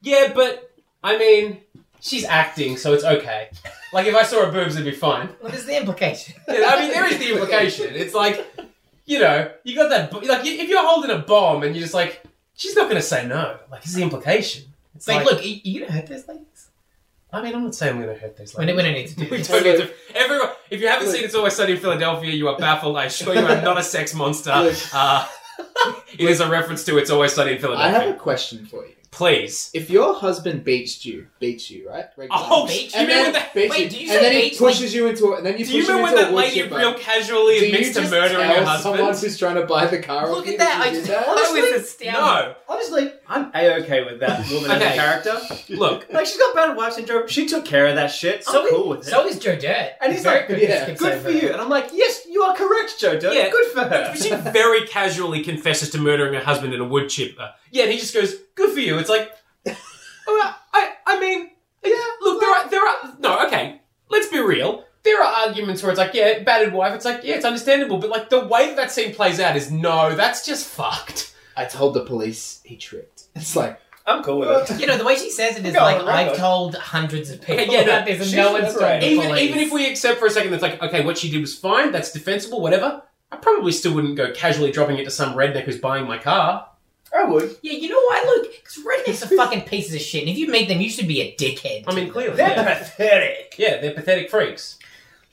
Yeah, but I mean, she's acting, so it's okay. Like if I saw her boobs, it'd be fine.
what is the implication?
Yeah, I mean, there is the implication. It's like, you know, you got that. bo- Like if you're holding a bomb and you're just like, she's not going to say no. Like is the implication.
It's
It's
like,
like-
look, are you, you gonna hurt those ladies?
I mean, I'm not saying I'm going to hurt those.
We don't, we don't need to do
We
this.
don't need to. Everyone, if you haven't seen It's Always Sunny in Philadelphia, you are baffled. I assure you, I'm not a sex monster. Uh, it is a reference to It's Always Sunny in
I
Philadelphia.
have a question for you.
Please.
If your husband beats you, beats you, right? Regularly.
Oh,
Beach?
you
and
mean
then,
with the?
beats
wait,
you,
do you say
and then he
beats,
pushes you into a, and then you push
Do you
him
remember when
into a
that
wood
lady
chipper.
real casually
Do you
admits to
just
murdering
tell
her
Someone
husband?
who's trying to buy the car. off
Look
you
at that!
if
I
you do
just
that?
I was astounded.
No.
Honestly, I'm a okay with that woman as
Okay.
a character.
Look,
Like she's got bad wife syndrome. She took care of that shit. So
So,
I'm cool
is,
with it.
so is Joe Dirt.
And he's
Very
like,
quickly
yeah,
skips
good for
over it.
you. And I'm like, yes, you are correct, Jojo.
Yeah.
Good for her.
she very casually confesses to murdering her husband in a wood chipper. Yeah, and he just goes, "Good for you." It's like, uh, I, I mean, yeah. Look, there are, there are no. Okay, let's be real. There are arguments where it's like, yeah, battered wife. It's like, yeah, it's understandable, but like the way that that scene plays out is no, that's just fucked.
I told the police he tripped. It's like
I'm cool with it.
You know, the way she says it is
Go on,
like,
right
I've
on.
told hundreds of people
Okay, yeah,
about
no,
this, and
she's
no one's told
liberated.
the
Even
police.
even if we accept for a second, that's like, okay, what she did was fine. That's defensible. Whatever. I probably still wouldn't go casually dropping it to some redneck who's buying my car.
Uh, I would.
Yeah, you know why, Luke? Because rednecks are fucking pieces of shit, and if you meet them, you should be a dickhead.
I mean, clearly,
They're
yeah,
pathetic.
yeah they're pathetic freaks.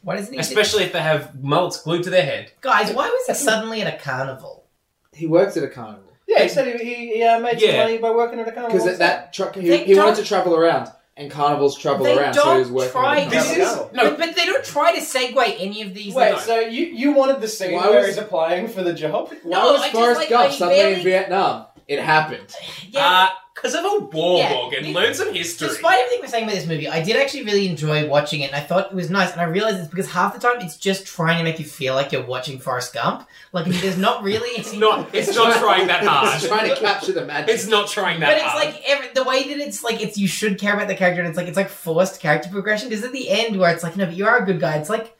Why doesn't he?
Especially if they have mullets glued to their head.
guys, why was it suddenly at a carnival?
he works at a carnival
Yeah, he said he, he, he uh, made some
Yeah.
money by working at a carnival.
because that truck he,
They
he wanted
don't-
to travel around and carnivals travel
They
around, so he was
don't
working.
try
at a
This
carnival.
is-
No.
but, but they don't try to segue any of these.
Wait,
No.
so you, you wanted the scene
Why
where
was-
he's applying for the job?
Why
No,
was
I just,
Forrest
like,
Gump
I
suddenly
barely-
in Vietnam? It happened.
Uh,
yeah,
Because of a war
Yeah.
Morgan. Learn some history.
Despite everything we're saying about this movie, I did actually really enjoy watching it, and I thought it was nice. And I realized it's because half the time it's just trying to make you feel like you're watching Forrest Gump. Like there's not really.
it's not. It's not trying that
He's
hard.
trying to capture the magic.
It's not trying that
But it's
hard.
like every, the way that it's like it's you should care about the character, and it's like it's like forced character progression. Is at the end where it's like no, but you are a good guy. It's like,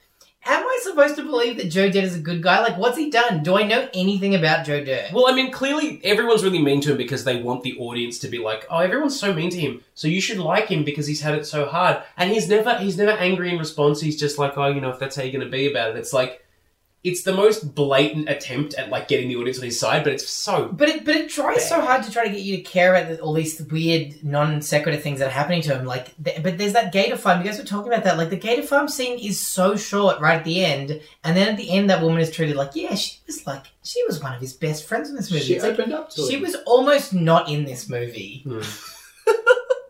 am I supposed to believe that Joe Dirt is a good guy? Like, what's he done? Do I know anything about Joe Dirt?
well, I mean, clearly everyone's really mean to him because they want the audience to be like, "Oh, everyone's so mean to him, so you should like him because he's had it so hard." And he's never, he's never angry in response. He's just like, "Oh, you know, if that's how you're going to be about it, it's like, it's the most blatant attempt at like getting the audience on his side, but it's so
But it but it tries so hard to try to get you to care about the, all these weird non sequitur things that are happening to him. Like, th- but there's that Gator Farm. You guys were talking about that. Like the Gator Farm scene is so short right at the end, and then at the end that woman is treated like yeah, she was like she was one of his best friends in this movie.
she
It's like,
opened up to
she
him.
was almost not in this movie.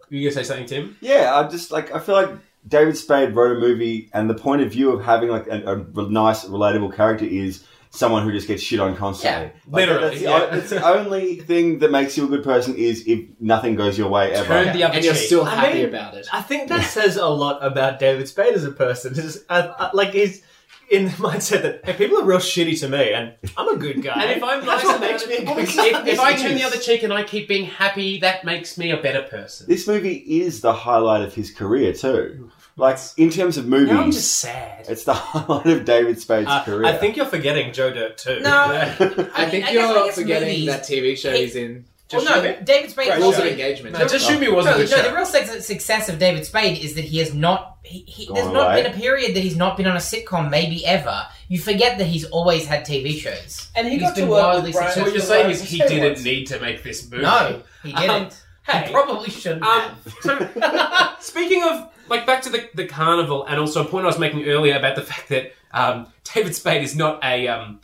You gonna say something, Tim?
Yeah, I just like I feel like David Spade wrote a movie, and the point of view of having like a, a re- nice, relatable character is someone who just gets shit on constantly. Like,
literally,
That's the,
yeah.
o- it's the only thing that makes you a good person is if nothing goes your way ever.
Turn the other
and you're
cheek.
still
I
happy
mean-
about it.
I think that says a lot about David Spade as a person. Is uh, uh, like he's in the mindset that hey, people are real shitty to me, and I'm a good guy.
And if I'm
That's
nice
what
about
makes
it-
me a good
if, if I
person.
turn the other cheek and I keep being happy, that makes me a better person.
This movie is the highlight of his career too. Like in terms of movies,
Now I'm just sad.
it's the highlight of David Spade's
Uh,
career.
I think you're forgetting Joe Dirt too.
No.
I,
mean,
think
I guess- I
you're
guess
forgetting
movies-
that TV show
Hey,
he's in.
Well,
Just shoot
no,
it.
David Spade.
Right,
Rules of
show.
engagement.
No, just shoot me
No,
wasn't
no,
the show.
the real sex- success of David Spade is that he has not. He, he,
Gone
there's not
away.
been a period that he's not been on a sitcom, maybe ever. You forget that he's always had TV shows.
And he
He's
got to
been
work
wildly
with Brian.
So what you're saying is he didn't need to make this movie.
No, he didn't.
Um,
he
Hey.
probably shouldn't
Um,
have.
so, speaking of, like, back to the, the carnival, and also a point I was making earlier about the fact that um, David Spade is not a um,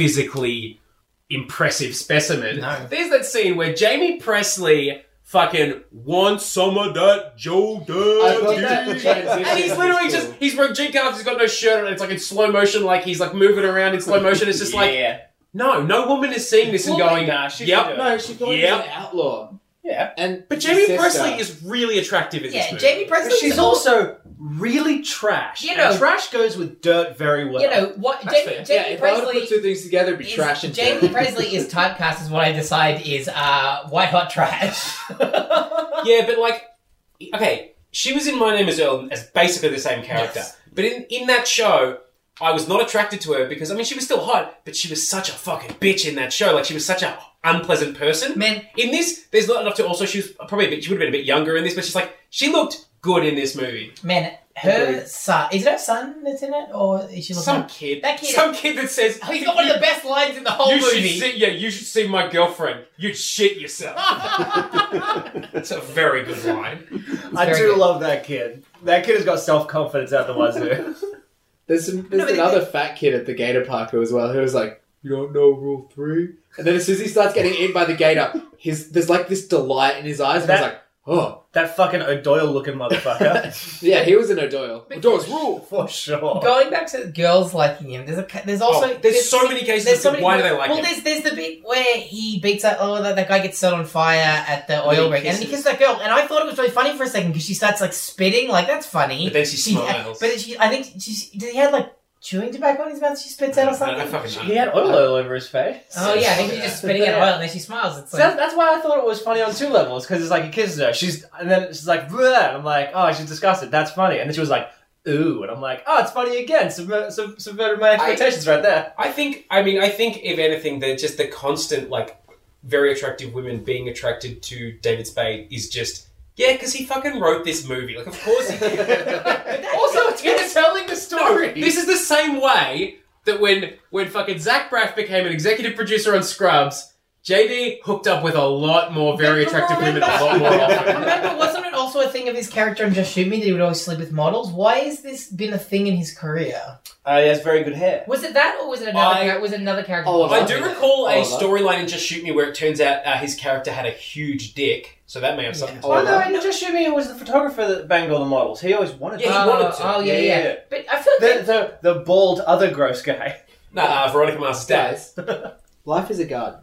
physically impressive specimen.
No.
There's that scene where Jamie Presley fucking wants some of that Joe
I
Dirt.
thought that
dude."
transition
And he's
was
literally
cool.
just he's wearing jean cards. He's got no shirt on. It's like in slow motion, like he's like moving around in slow motion. It's just like
yeah.
no, no woman is seeing this and
Well,
going,
nah, she
yep.
can do it.
No, she thought he
Yep.
was an outlaw.
Yeah.
And
But
his
Jamie
sister-
Presley is really attractive in this
Yeah,
movie.
Jamie
But
Presley.
she's also really trash.
You
and
know-
trash goes with dirt very well.
you know what?
That's
Jamie,
fair.
yeah,
Jamie
if I were to
Presley.
put two things together, it'd be
is-
trash and
Jamie
terrible.
Presley is typecast as what I decide is uh, white hot trash.
Yeah, but like, okay, she was in My Name Is Earl as basically the same character.
Yes.
But in, in that show, I was not attracted to her because, I mean, she was still hot, but she was such a fucking bitch in that show. Like, she was such a unpleasant person.
Man.
In this, there's not enough to also, she was probably a bit, she would have been a bit younger in this, but she's like, she looked good in this movie.
Man, her
Agreed.
son is it her son that's in it, or is she looking?
Some kid.
That kid- Oh,
Some kid that says,
He's got one of the best lines in the whole
you should
movie.
see, yeah, you should see my girlfriend. You'd shit yourself. That's a very good line.
I do
very good.
love that kid. That kid has got self confidence out the wazoo.
There's some,
No,
there's
but
another fat kid at the Gator Parker as well who was like, "You don't know rule three? And then as soon as he starts getting eaten by the Gator, his there's like this delight in his eyes, and I was like, "Oh,
that fucking O'Doyle looking motherfucker,
yeah, he was an O'Doyle. O'Doyle's rule."
for sure.
Going back to girls liking him, there's a ca- there's also
Oh, there's so many cases
There's so
of
many.
why do they like
well,
him?
there's there's the bit where he beats that oh that, that guy gets set on fire at the oil rig and
he
then he
kisses.
kisses that girl and I thought it was really funny for a second because she starts like spitting like that's funny.
But then she smiles.
but she, I think she, she, did he have like chewing tobacco in his mouth? She spits out or something.
I fucking know.
He had oil all over his face.
Oh yeah, I think she's
Yeah.
just spitting out oil and then she smiles. It's
So
like
that's, that's why I thought it was funny on two levels because it's like he kisses her, she's and then she's like, Bleh, and I'm like, oh, she's disgusted. That's funny, and then she was like, ooh, and I'm like, oh, it's funny again. Subver- sub- subverted my expectations right there.
I think. I mean, I think if anything, they're just the constant like very attractive women being attracted to David Spade is just yeah, because he fucking wrote this movie. Like, of course he did.
also, it's him telling the story.
this is the same way that when when fucking Zach Braff became an executive producer on Scrubs, JD hooked up with a lot more very attractive women a lot more often.
Remember, wasn't it also a thing of his character in Just Shoot Me that he would always sleep with models? Why has this been a thing in his career?
Uh, he has very good hair.
Was it that, or was it another?
I-
char- was it another character?
Oh,
I do recall a
Oh, that-
storyline in Just Shoot Me where it turns out uh, his character had a huge dick, so that may have something. to
Oh,
Oh,
no,
no,
you just shoot me. It was the photographer that banged all the models. He always wanted.
Yeah,
to.
he wanted to.
Oh yeah,
Yeah,
yeah.
yeah.
But I feel like
The, the, the bald other gross guy.
Nah, uh, Veronica Mars' dad.
Guys, life is a garden.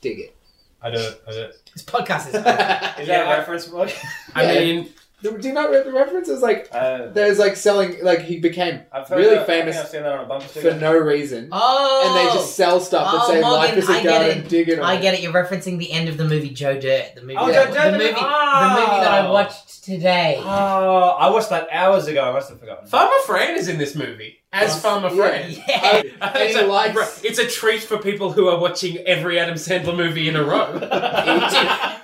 Dig it.
I don't. I don't.
this podcast
Is
is.
Yeah,
that
I-
a reference? Mark?
I
Yeah.
mean,
Do you not read the reference? It's like
Uh,
there's like selling like he became
I've heard
really
that- I think
famous
I've seen that on a bumper
for
sticker.
no reason,
oh,
and they just sell stuff that
Oh,
say
Morgan,
life is
I
a
get
garden.
it.
Dig it.
I get it. You're referencing the end of the movie Joe Dirt, the movie,
Oh,
that,
Joe
the
Dirt,
movie,
oh.
the movie that I watched today.
Oh, I watched that hours ago. I must have forgotten.
Farmer Fran is in this movie as
Yes.
Farmer
Yeah.
Fran.
yeah,
And
It's
he
a,
likes-
it's a treat for people who are watching every Adam Sandler movie in a row.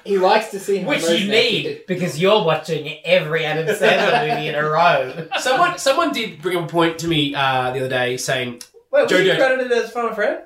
He, he likes to see
Which
Homer's
you
naked.
need.
because you're watching every Adam Sandler movie in a row.
someone, someone did bring up a point to me uh, the other day saying,
Wait, was
Joe
he
Dirt.
credited as Farmer Fred?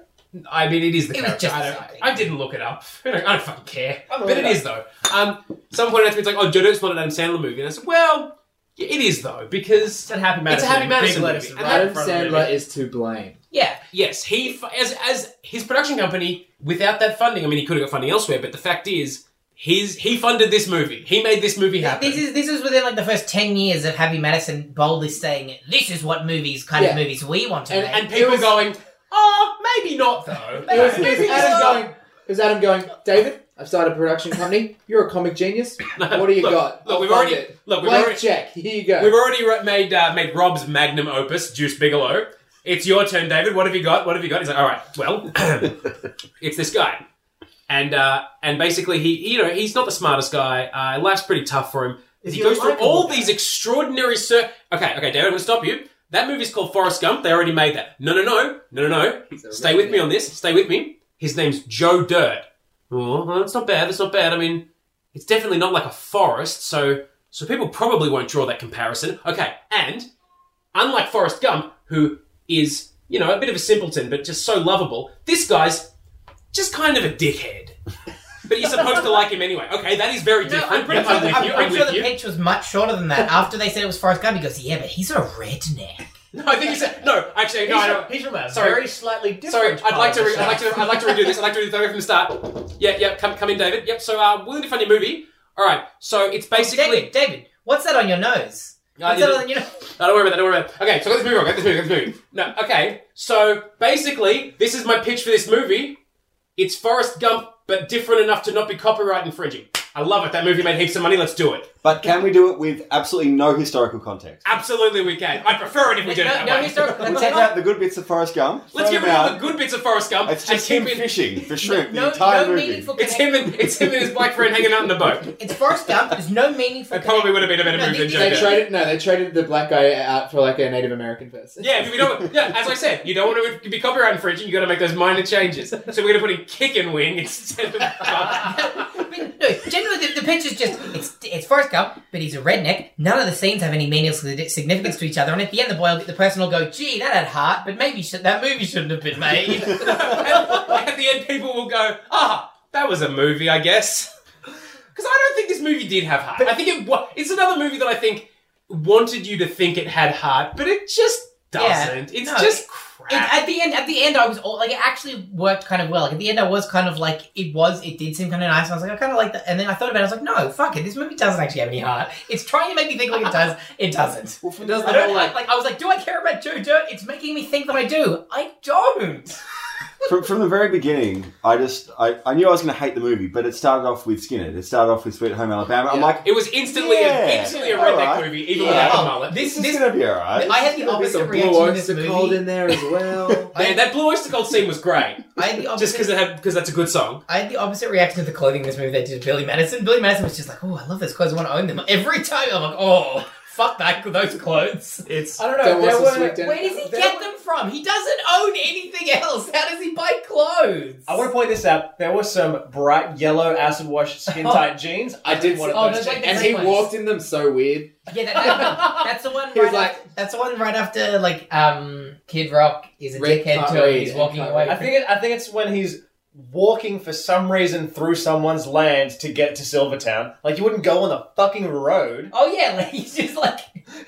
I mean, it is the
It was
character.
just
I,
the
don't,
same thing.
I didn't look it up. I don't, I don't fucking care.
I'll
but
look
it
it
is though. Um, someone pointed out to me, it's like, oh, Joe Dirt's not an Adam Sandler movie. And I said, well, yeah, it is though, because
It's a Happy
Madison.
Madison.
Big letters
movie.
right
And that
Adam
front of the
Sandler
movie.
is to blame.
Yeah,
Yes, he fu- as as his production company without that funding. I mean, he could have got funding elsewhere, but the fact is, his he funded this movie. He made this movie happen.
this is this is within like the first ten years of Happy Madison boldly saying, "This is what movies, kind
Yeah.
of movies we want to
And-
make."
and people
It was-
going, oh, maybe not though.
It was, it was
Maybe it's
Adam
not.
going. It was Adam going. David, I've started a production company. You're a comic genius. What do you
Look,
got?
look,
I'll
we've
fund
already-
it.
look, we've
Blank
already-
check. Here you go.
We've already ro- made uh, made Rob's magnum opus, Juice Bigelow. It's your turn, David. What have you got? What have you got? He's like, all right, well, it's this guy, and uh, and basically he, you know, he's not the smartest guy. Uh, life's pretty tough for him.
Is
he
he a
goes through
likable
all
guy?
these extraordinary. Cir- okay, okay, David, I'm gonna stop you. That movie's called Forrest Gump. They already made that. No, no, no, no, no, no.
So
Stay with me on this. Stay with me. His name's Joe Dirt. Oh, well, that's not bad. That's not bad. I mean, it's definitely not like a forest, so so people probably won't draw that comparison. Okay, and unlike Forrest Gump, who is you know a bit of a simpleton but just so lovable, this guy's just kind of a dickhead. But you're supposed to like him anyway. Okay, that is very
No,
different.
I'm pretty
I'm
sure, the,
with
I'm
you.
pretty
I'm
sure
with
the
you.
pitch was much shorter than that. After they said it was Forrest Gump, he goes, "Yeah, but he's a redneck."
No, I think he said no. Actually, no. I don't.
He's from a
Sorry.
very slightly different.
Sorry,
part
I'd like to.
of the
Re- I'd like
show.
to. I'd like to redo this. I'd like to redo that from the start. Yeah, yeah. Come, come in, David. Yep. So, uh, willing to fund your movie. All right. So it's basically.
David, David, what's that on your nose?
I
What's that
didn't-
on your nose?
No, don't worry about that. Don't worry about that. Okay, so let's move on. Let's move. Let's move. No, okay. So basically, this is my pitch for this movie. It's Forrest Gump, but different enough to not be copyright infringing. I love it. That movie made heaps of money. Let's do it.
But can we do it with absolutely no historical context?
Absolutely, we can. I prefer it if we do it
No,
that
no
way.
historical.
We'll
let's
take
not-
out the good bits of Forrest Gump.
Let's
throw
give
them
rid of the
out.
good bits of Forrest Gump
It's
and
just him
keep it.
fishing for shrimp
no,
the entire
no
movie.
meaningful
It's him and it's him and his black friend hanging out in the boat.
It's Forrest Gump. There's no meaningful.
It probably would have been a better
No,
movie than
they-
Joe
They
Okay.
Dirt.
traded no, they traded the black guy out for like a Native American person.
Yeah, if you don't. Yeah, as I said, you don't want to be copyright infringing. You got to make those minor changes. So we're going to put in kick and wing instead of.
I mean, no, generally the, the pitch is just it's it's Forrest Gump, but he's a redneck. None of the scenes have any meaningful significance to each other, and at the end, the boy, will- the person will go, "Gee, that had heart, but maybe should, that movie shouldn't have been made."
and at the end, people will go, ah, that was a movie, I guess. Because I don't think this movie did have heart. I think it wa- it's another movie that I think wanted you to think it had heart, but it just
Yeah.
doesn't. It's
No,
just
It-
crap.
at the end, at the end, I was all, like, it actually worked kind of well. Like at the end, I was kind of like, it was, it did seem kind of nice. And I was like, I kind of like that. And then I thought about, it, I was like, no, fuck it, this movie doesn't actually have any heart. It's trying to make me think like it does. It doesn't.
Well, from-
Does
I
the
don't
whole
like,
like
like. I was like, do I care about Joe Dirt? It's making me think that I do. I don't.
from, from the very beginning, I just I, I knew I was going to hate the movie, but it started off with Skinner. It started off with Sweet Home Alabama. I'm
Yeah.
like,
it was instantly a,
Yeah.
instantly a
All
redneck
right.
movie, even
Yeah.
without a
Oh,
mullet.
this,
This,
is
this,
going to be all right.
I had the opposite reaction
blue
to this
oyster cold
movie.
in there as well.
I-
Man, that Blue Oyster Cult scene was great.
I had the
Just
opposite
because it had because that's a good song.
I had the opposite reaction to the clothing in this movie that did Billy Madison. Billy Madison was just like, oh, I love those clothes. I want to own them. Every time I'm like, oh, fuck that, those clothes.
It's
I don't know.
Don't want
there
some
were-
sweet down-
where does he
there
get
were-
them from? He doesn't own anything else. How does he buy clothes?
I want to point this out. There were some bright yellow acid wash skin tight jeans.
I did
want
want
to.
Oh,
oh,
those, like, the
and
green
he
ones.
walked in them so weird.
Yeah, that, that- that's the one.
He was
Right
like-
after, that's the one right after like um, Kid Rock is a dickhead
Rick can't
to him.
read
He's
and
walking
can't
away.
read.
I think it, I think it's when he's walking for some reason through someone's land to get to Silvertown. Like you wouldn't go on the fucking road.
Oh yeah, like he's just like.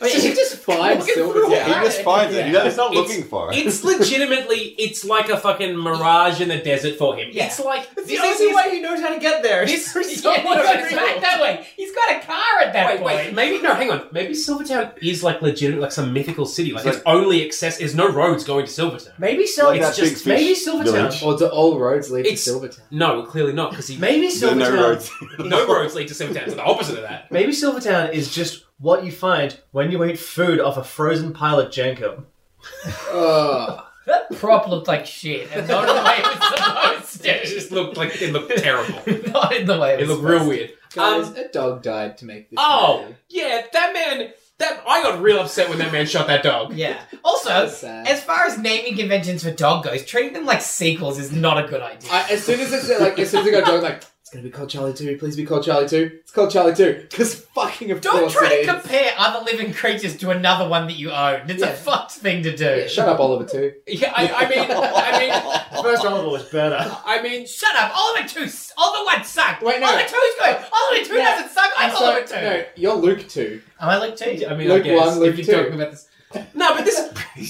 He just finds
Looking for a
Silvertown.
yeah, he just finds it. He does- He's not
It's-
looking for it.
it's legitimately it's like a fucking mirage in the desert for him.
Yeah.
It's like this
the
is
only way he knows how to get there.
This-
This
Yeah,
is
he's back that way. He's got a car at that
Wait,
point.
wait, maybe no. Hang on, maybe Silvertown is like legitimate, like some mythical city. Like
It's
it's only access. There's no roads going to Silvertown.
Maybe Sil-
Like
it's
that
just
big fish
maybe Silvertown.
village.
Or do all roads lead
It's-
to Silvertown?
No, clearly not because he
Maybe
There are
Silvertown.
no roads.
no roads lead to Silvertown. It's the opposite of that.
Maybe Silvertown is just what you find when you eat food off a frozen pile of Jenkum.
Oh,
That prop looked like shit, and not in the way it was supposed
It just looked like it looked terrible.
to. Not in the way it,
It
was
looked
supposed
real weird.
guys,
Um,
a dog died to make this.
Oh
movie.
yeah, that man. That I got real upset when that man shot that
to.
dog.
Yeah. Also,
That was sad.
as far as naming conventions for dog goes, treating them like sequels is not a good idea.
I, as soon as it's like, as soon as it got dog, like it's gonna be called Charlie Two. Please be called Charlie Two. It's called Charlie Two because fucking of
Don't
course
try
it
to
is.
compare other living creatures to another one that you own. It's a
Yeah.
fucked thing to do.
Yeah, shut up, Oliver Two.
Yeah, I, I mean, I mean,
First Oliver was better.
I mean,
Shut up! Oliver 2 s- Oliver 1 sucked!
Wait, no.
Oliver 2's good! Oliver 2
Yeah.
doesn't suck! I'm
And so-
Oliver 2!
No, you're Luke Two.
Am I Luke 2?
I mean,
Luke
I guess
one, Luke
if
two.
you're talking about this. No, but this.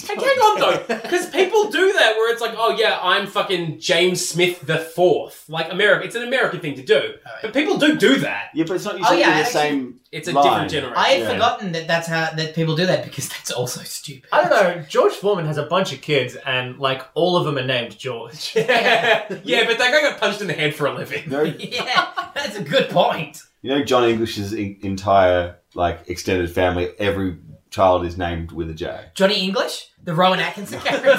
hang on though, because people do that where it's like, oh yeah, I'm fucking James Smith the fourth. Like America, it's an American thing to do,
Oh,
but people do do that.
Yeah, but it's not
Oh,
usually
yeah,
the
actually-
same.
It's a
Line.
different generation.
I had
Yeah.
forgotten that that's how that people do that because that's also stupid.
I don't know. George Foreman has a bunch of kids, and like all of them are named George.
yeah. but that guy got punched in the head for a living.
You know,
yeah, that's a good point.
you know John English's en- entire like extended family. Every child is named with a J.
Johnny English, the Rowan Atkinson character.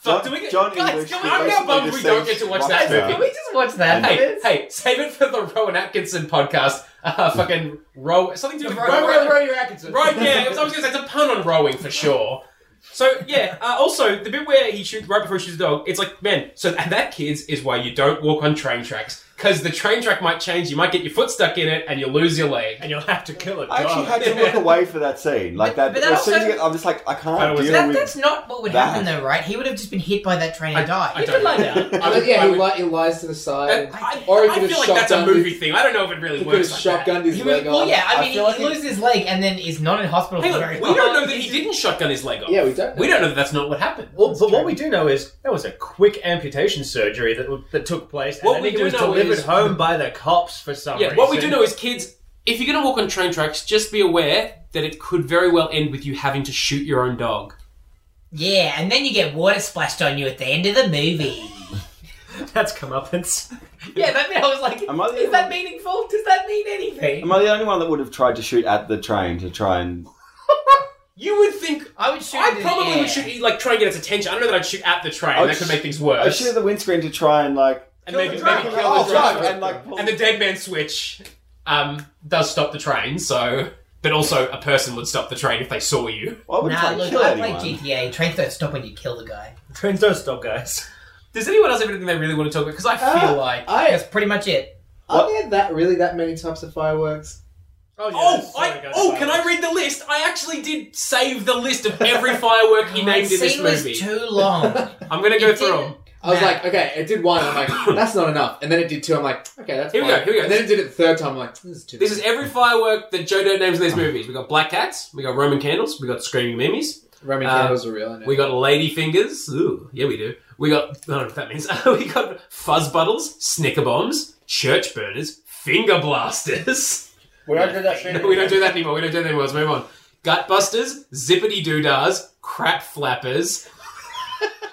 Fuck,
John,
do we get?
John
Guys,
English.
can
the
we- I'm now
recently
bummed we don't
deceased
get to watch
rock
that
star.
Can we
movie.
just watch that?
Hey,
please?
hey, save it for the Rowan Atkinson podcast. Uh, fucking row, something to do with
Row-
row-
row-
Row your Atkinson.
Right, yeah, it was, I was going to say, it's a pun on rowing for sure. So, yeah, uh, also, the bit where he shoots, right before he shoots the dog, it's like, man, so th- that, kids, is why you don't walk on train tracks. Because the train track might change, you might get your foot stuck in it, and you lose your leg.
and you'll have to kill a
I actually
dog.
had to look away for that scene. Like
But-
that.
but that
as soon as
also-
you get, I'm just like, I
That
can't
was-
deal
That,
with.
that's not what would
that.
happen though, right? He would have just been hit by that train and
I-
died.
I don't know.
down.
I would-
yeah,
I
he,
would-
li- he lies to the side.
I,
Or he
I
could've
feel like that's a
shotgunned
movie thing. I don't know if it really
he could have
works like that.
shotgunned his
He
leg
would, well,
off.
yeah, I mean,
feel like
he loses his leg and then is not in hospital
Hang
for
on,
very
we
long.
don't know that he didn't shotgun his leg off.
Yeah, we don't know.
We don't know that that's not what happened.
Well, but what we do know is that was a quick amputation surgery that that took place, and
What
then
we
he
do
was
know
delivered
is-
home by the cops for some
Yeah,
reason.
what we do know is, kids, if you're going to walk on train tracks, just be aware that it could very well end with you having to shoot your own dog.
Yeah, and then you get water splashed on you at the end of the movie.
that's comeuppance.
yeah, that bit I was like,
Am I the
is
only
that
one-
meaningful? Does that mean anything?
Am I the only one that would have tried to shoot at the train to try and?
You would think.
I would shoot. it in
I
the
probably
air.
would shoot, like, try and get its attention. I don't know that I'd shoot at the train.
I'd
that could
sh-
make things
I
worse.
shoot at the windscreen to try and like.
and maybe,
the train.
maybe kill
Oh,
the driver.
drive, and like. Pull
And the dead man switch um, does stop the train, so. But also, a person would stop the train if they saw you.
I wouldn't try
Nah,
and
look,
kill
I play
anyone.
GTA. Trains don't stop when you kill the guy.
Trains don't stop, guys.
Does anyone else have anything they really want to talk about? Because I feel
Uh,
like.
I
That's pretty much it.
Are there that really that many types of fireworks?
Oh, yeah,
Oh,
that's
I,
sorry, guys,
oh!
sorry.
Can I read the list? I actually did save the list of every firework he named
I've
in this
seen this
movie.
too long.
I'm gonna go
It
through
didn't-
them.
I was
Nah.
like, okay, it did one. I'm like, that's not enough. And then it did two. I'm like, okay, that's
Here we
fine.
go, here we go.
And then it did it the third time. I'm like, this is too.
This
much.
is every firework that Joe Dirt names in these movies. We got black cats, we got Roman candles, we got screaming mimes,
Roman
uh,
candles are real. I know.
we got lady fingers. Ooh, yeah, we do. We got I don't know what that means. we got fuzz buttles, snicker bombs, church burners, finger blasters.
We don't do that shit.
no, we don't do that anymore. We don't do that anymore. Let's move on. Gut busters, zippity doodahs, crap flappers,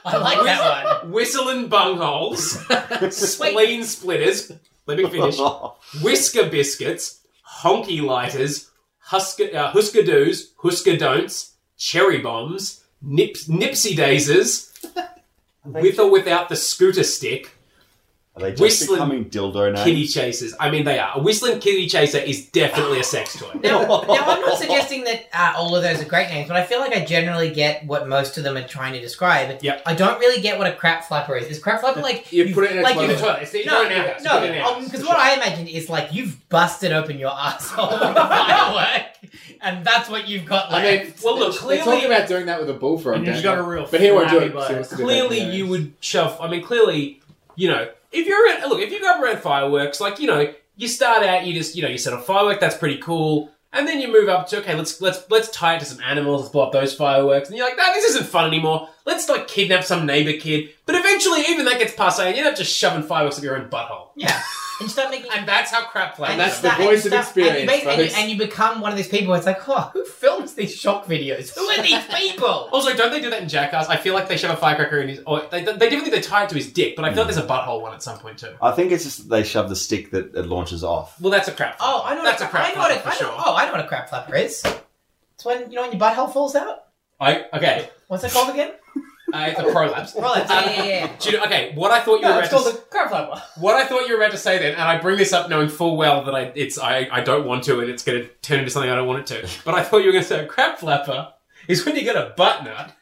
I like that one.
whistling bungholes, spleen splitters. Let me finish. Whisker biscuits, honky lighters, husker, uh, husker do's, husker don'ts, cherry bombs, nips, nipsy daisies, with or without the scooter stick,
Are they just
Whistling
becoming dildo names?
kitty chasers. I mean, they are. A whistling kitty chaser is definitely a sex toy.
Now, now, I'm not suggesting that uh, all of those are great names, but I feel like I generally get what most of them are trying to describe.
Yep.
I don't really get what a crap flapper is. Is crap flapper like
You put it in a
like
toilet.
you've-
toilet. It's- it's
No,
not an ass,
no,
it's not an ass.
because what I imagine is like you've busted open your asshole with a firework, and that's what you've got
I
left.
mean,
Well, look,
they're talking
clearly,
about doing that with a bullfrog.
You just
don't
got a real.
they? but he won't do
flabby
it. so he
butt.
wants to do
clearly
that.
you would shove. I mean, clearly, you know, if you're at, look, if you go up around fireworks, like you know, you start out, you just you know, you set a firework, that's pretty cool, and then you move up to okay, let's let's let's tie it to some animals, let's blow up those fireworks, and you're like, no, this isn't fun anymore. Let's like kidnap some neighbor kid, but eventually, even that gets passé, and you end up just shoving fireworks up your own butthole,
yeah, and you start making.
and that's how crap plays.
And that's
you
the
start- and
voice
you
of
start-
experience,
And you, and you-
folks.
and you become one of these people where it's like, oh, who films these shock videos? Who are these people?
Also, don't they do that in Jackass? I feel like they shove a firecracker in his. Or they, they definitely they tie it to his dick, but I feel like there's a butthole one at some point too.
I think it's just that they shove the stick that it launches off.
Well, that's a crap.
Oh, I know
That's
what
a crap
I know what a,
flapper
I
for
know,
sure.
Oh, I know what a crap flapper is. It's when you know when your butthole falls out.
I okay.
What's it called again?
Uh, it's a prolapse.
Prolapse, yeah, yeah, yeah.
Do you know, okay, what I thought you
No,
were
it's
about to,
called a crap flapper.
what I thought you were about to say then, and I bring this up knowing full well that I it's I, I don't want to, and it's going to turn into something I don't want it to. But I thought you were going to say a crap flapper is when you get a butt nut.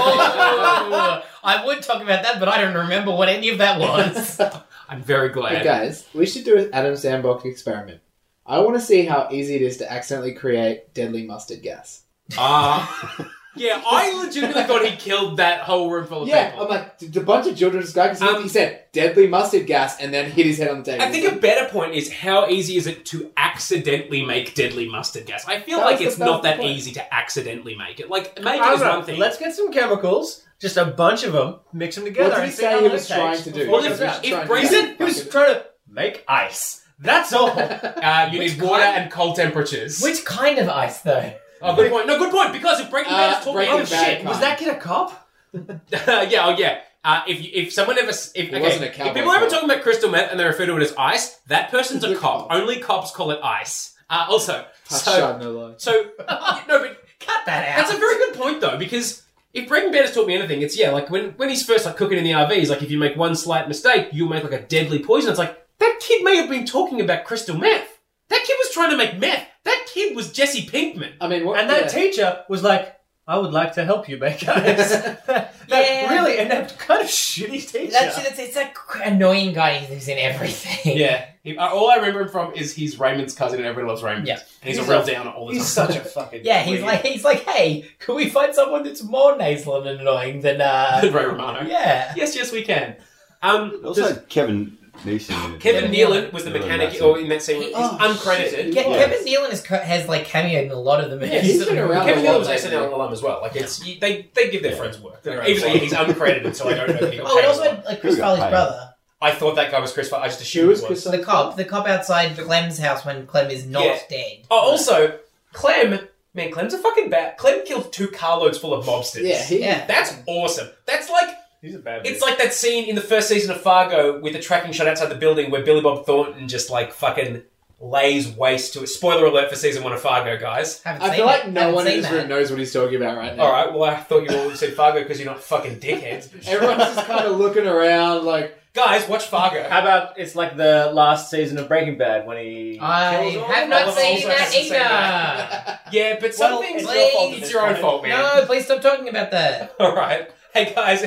Oh, I would talk about that, but I don't remember what any of that was.
I'm very
But
glad.
guys, we should do an Adam Sandbox experiment. I want to see how easy it is to accidentally create deadly mustard gas.
Ah, yeah, I legitimately thought he killed that whole room full of
Yeah,
people.
I'm like, did a bunch of children describe because
Oh, Um,
he said deadly mustard gas and then hit his head on the table.
I think a better point is how easy is it to accidentally make deadly mustard gas? I feel
That
like
was the-
it's
that
not
was the
that
point.
easy to accidentally make it. Like making
I
is
don't know.
one thing.
Let's get some chemicals, just a bunch of them, mix them together,
What did he
and see
say
how
he
long
was
it
trying
takes
to do?
before
Well,
it
if-
goes out.
if
Trying to
He
Brazen-
get
said
it
he was
fucking-
trying to make ice. That's all.
Uh, you
Which
need water
kind-
and cold temperatures.
Which kind of ice, though?
Oh, good point. No, good point. Because if Breaking Bad
Uh,
is talking
Breaking
about
Bad
shit,
can't.
was that kid a cop?
yeah, oh yeah. Uh, if you- if someone ever s- if,
It
okay,
wasn't a
if
cowboy
people ever
cop.
talking about crystal meth and they refer to it as ice, that person's a
It's a
cop.
cop.
Only cops call it ice. Uh, also,
Touch
so
shot, no lie.
so no, but
Cut that out.
that's a very good point though because. If Breaking Bad has taught me anything, it's yeah, like when, when he's first like cooking in the RV, he's like if you make one slight mistake, you'll make like a deadly poison. It's like that kid may have been talking about crystal meth. That kid was trying to make meth. That kid was Jesse Pinkman.
I mean, what,
And that
yeah.
teacher was like, I would like to help you make ice. that
Yeah.
really inept, kind of shitty teacher.
That's, that's, it's that cr- annoying guy who's in everything.
Yeah. He, uh, all I remember him from is he's Raymond's cousin and everyone loves Raymond.
Yeah.
And he's,
He's
a real
a-
downer all the
He's
time.
such a fucking.
Yeah, he's
weirdo.
like he's like, hey, can we find someone that's more nasal and annoying than uh
Ray Romano.
Yeah.
Yes, yes, we can. Um,
Also,
does-
Kevin Neeson. in it.
Kevin
Yeah.
Nealon was the
Really
mechanic
massive.
or in that scene. He's
Oh,
uncredited.
shit.
Ke-
Yeah.
Kevin Nealon is, co- has like cameo in a lot of the movies.
Yeah,
He's been around
Kevin
a lot
Nealon was
lately.
SNL alum as well. Like it's you, they they give their
Yeah.
friends work.
They're
Even though
right.
he's uncredited, so I don't know. If he got
Oh,
paid
and also
or not.
had, like Chris
Who got
Farley's
paid?
brother.
I thought that guy was Chris. Farley. I just
She
assumed
was
he was.
Chris.
The cop, the cop outside Clem's house when Clem is not
Yeah.
dead.
Oh, also Clem. Man, Clem's a fucking bat. Clem killed two carloads full of mobsters.
Yeah, he,
Yeah.
That's awesome. That's like
He's a bad.
It's like that scene in the first season of Fargo with the tracking shot outside the building where Billy Bob Thornton just like fucking lays waste to it. Spoiler alert for season one of Fargo, guys.
Haven't
I
seen
feel
that.
like no
Haven't
one in
seen
this
that.
room knows what he's talking about right now.
All right, well I thought you all would see Fargo because you're not fucking dickheads.
Everyone's just kind of looking around like,
guys, watch Fargo.
How about it's like the last season of Breaking Bad when he.
I
kills all
have
of them?
not
Oliver
seen
also
that
hasn't
either.
seen that. Yeah, but
Well,
something.
it's
Well,
your fault. at
it's
this
your own
point.
fault, man.
No, please stop talking about that.
All right. Hey guys,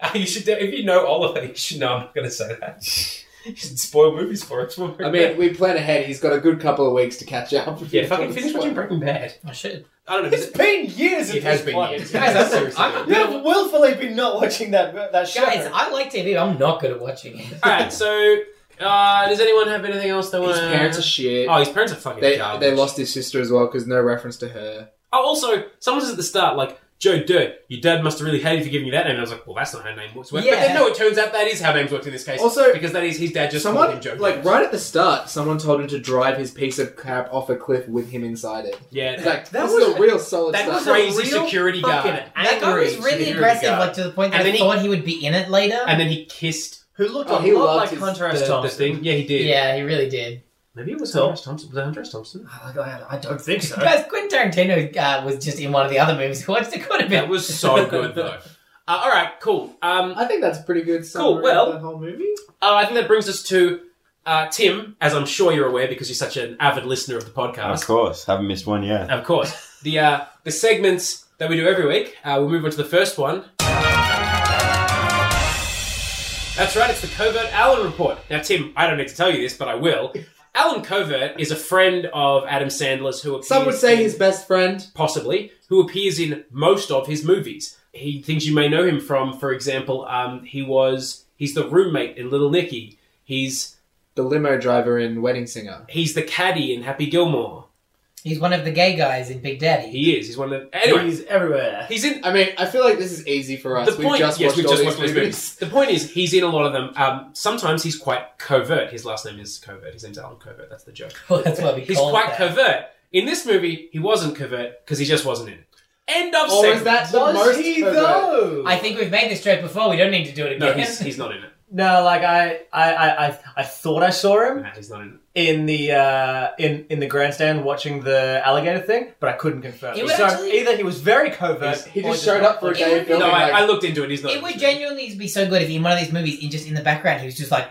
uh, you should if you know Oliver, you should know I'm not going to say that. You should spoil movies for us.
I mean, we plan ahead. He's got a good couple of weeks to catch up.
yeah, fucking finish watching Breaking Bad.
I should.
I don't know.
It's
Is it,
been years. at
it has
this
been
point.
years.
Guys, I'm-
Seriously.
I'm-
You have willfully been not watching that that show.
Guys, I like TV. I'm not good at watching it.
All right. So, uh, does anyone have anything else they want?
His parents are shit.
Oh, his parents are fucking
they,
garbage.
they lost his sister as well because no reference to her.
Oh, also, someone says at the start like. Joe Dirt, your dad must have really hated you for giving you that name. And I was like, well, that's not how name works. But
Yeah.
then, no, it turns out that is how names worked in this case.
Also-
because that is his dad just called
someone,
him Joe.
like
Dirt.
right at the start, someone told him to drive his piece of crap off a cliff with him inside it.
yeah,
It's
that,
like
That
this
was-
is a real solid
that
stuff.
was a
crazy
real
security
fucking
guard.
That guy was
angry
really
security
aggressive,
guard.
like to the point
And
that I
then he-
thought he would be in it later.
and then he kissed
who looked
Oh,
a
he
lot
loved
like
his-
Hunter S.
the, the
Thompson.
thing. Yeah, he did.
yeah, he really did.
Maybe it was
Cool.
Hunter S. Thompson. Was it Hunter S. Thompson?
I I don't think so.
Guys, Quentin Tarantino uh, was just in one of the other movies. What's it could have been?
That was so good, though. Uh, all right, cool. Um, uh,
I think that's a pretty good.
Cool,
summary
well-
of the whole movie.
I think that brings us to uh, Tim, as I'm sure you're aware because you're such an avid listener of the
Of
podcast.
course, haven't missed one yet.
Of course, the uh, the segments that we do every week. Uh, we'll move on to the first one. That's right. It's the Covert Allen report. Now, Tim, I don't need to tell you this, but I will. Alan Covert is a friend of Adam Sandler's who appears
Some would say
in-
his best friend.
possibly, who appears in most of his movies. He things you may know him from, for example, um, he was he's the roommate in Little Nicky. He's
The limo driver in Wedding Singer.
he's the caddy in Happy Gilmore.
He's one of the gay guys in Big Daddy.
He is. He's one of the anyway.
he's everywhere.
He's in
I mean, I feel like this is easy for us.
the
we've
point.
just
yes,
watched
we've
all
just
these
watched all these
movies.
movies. The point is, he's in a lot of them. Um, sometimes he's quite covert. His last name is Covert. His name's Alan Covert. That's the joke.
Well, that's why we
He's
call
quite
it that.
covert. In this movie, he wasn't covert because he just wasn't in it. End of
Or
segment.
Oh, is that the
Was
most
he
covert?
though?
I think we've made this joke before. We don't need to do it again.
No, he's, he's not in it.
no, like I, I, I, I, I thought I saw him
Nah, he's not in it.
in the uh, in in the grandstand watching the alligator thing, but I couldn't confirm.
It would
so
actually-
either he was very covert,
He
or
just showed up for a
It
day
would
of
be-
filming.
No, I,
like,
I looked into it. He's not.
It would genuinely be so good if in one of these movies, in just in the background, he was just like,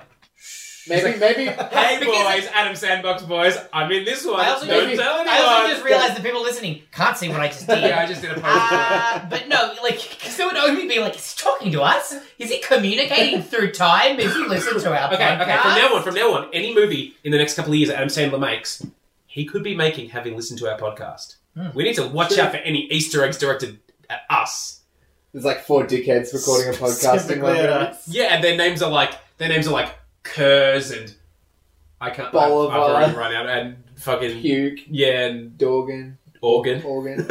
maybe, maybe.
Hey
Because
boys, Adam Sandbox boys, I'm in this one.
I also
Don't
just- Ah.
tell anyone.
I also just realized the people listening can't see what I just did.
yeah, I just did a post.
Uh, but no, like, because they would only be like, is he talking to us? Is he communicating through time? If you listen to our
okay,
podcast?
okay. From now on, from now on, any movie in the next couple of years that Adam Sandler makes, he could be making having listened to our podcast.
Hmm.
We need to watch out for any Easter eggs directed at us.
There's like four dickheads recording a podcast in
Specifically
one
at
room.
us.
Yeah, and their names are like their names are like Kurz and I can't. I've- I've
Bolivar.
already run out and fucking
Puke,
yeah and
Dorgan,
Organ.
Organ.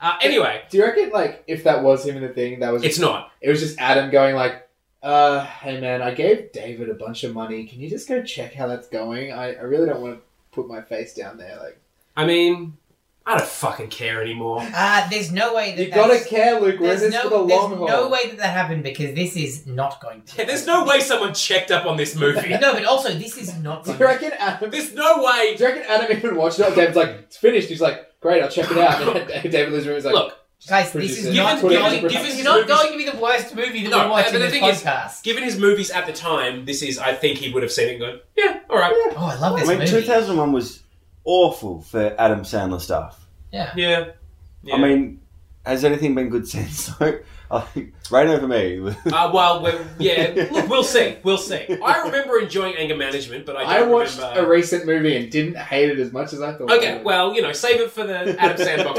uh, anyway,
Do you reckon, like, if that was him in the thing, that was
it's not.
it was just Adam going like, uh, "Hey man, I gave David a bunch of money. Can you just go check how that's going? I, I really don't want to put my face down there. Like,
I mean, I don't fucking care anymore.
Uh, there's no way that
you
that's-
gotta care, Luke. We're
There's
in this
no,
for the
there's
long haul.
no way that that happened because this is not going to.
Yeah, there's no way someone checked up on this movie.
No, but also this is not
Do
going.
you reckon Adam?
There's no way.
Do you reckon Adam even watched it? David's like, "It's finished." He's like, "Great, I'll check it out." And then David Liz room is like,
Look,
Guys,
Produce
this
it.
is not
Put it into
going.
production.
This is
His
not
movies-
going to be the worst movie that
No,
we watch
but
in
the
this
thing is-
podcast.
given his movies at the time, this is. I think he would have seen it and gone, yeah, all right,
oh, I love this
I mean,
movie.
2001 was awful for Adam Sandler stuff.
yeah.
I mean, has anything been good since? though? I think right over me.
uh, well, we're- yeah, look, we'll see, we'll see. I remember enjoying anger management, but I
I
don't
watched a
remember.
recent movie and didn't hate it as much as I thought. I
Okay,
would.
well, you know, save it for the Adam Sandbox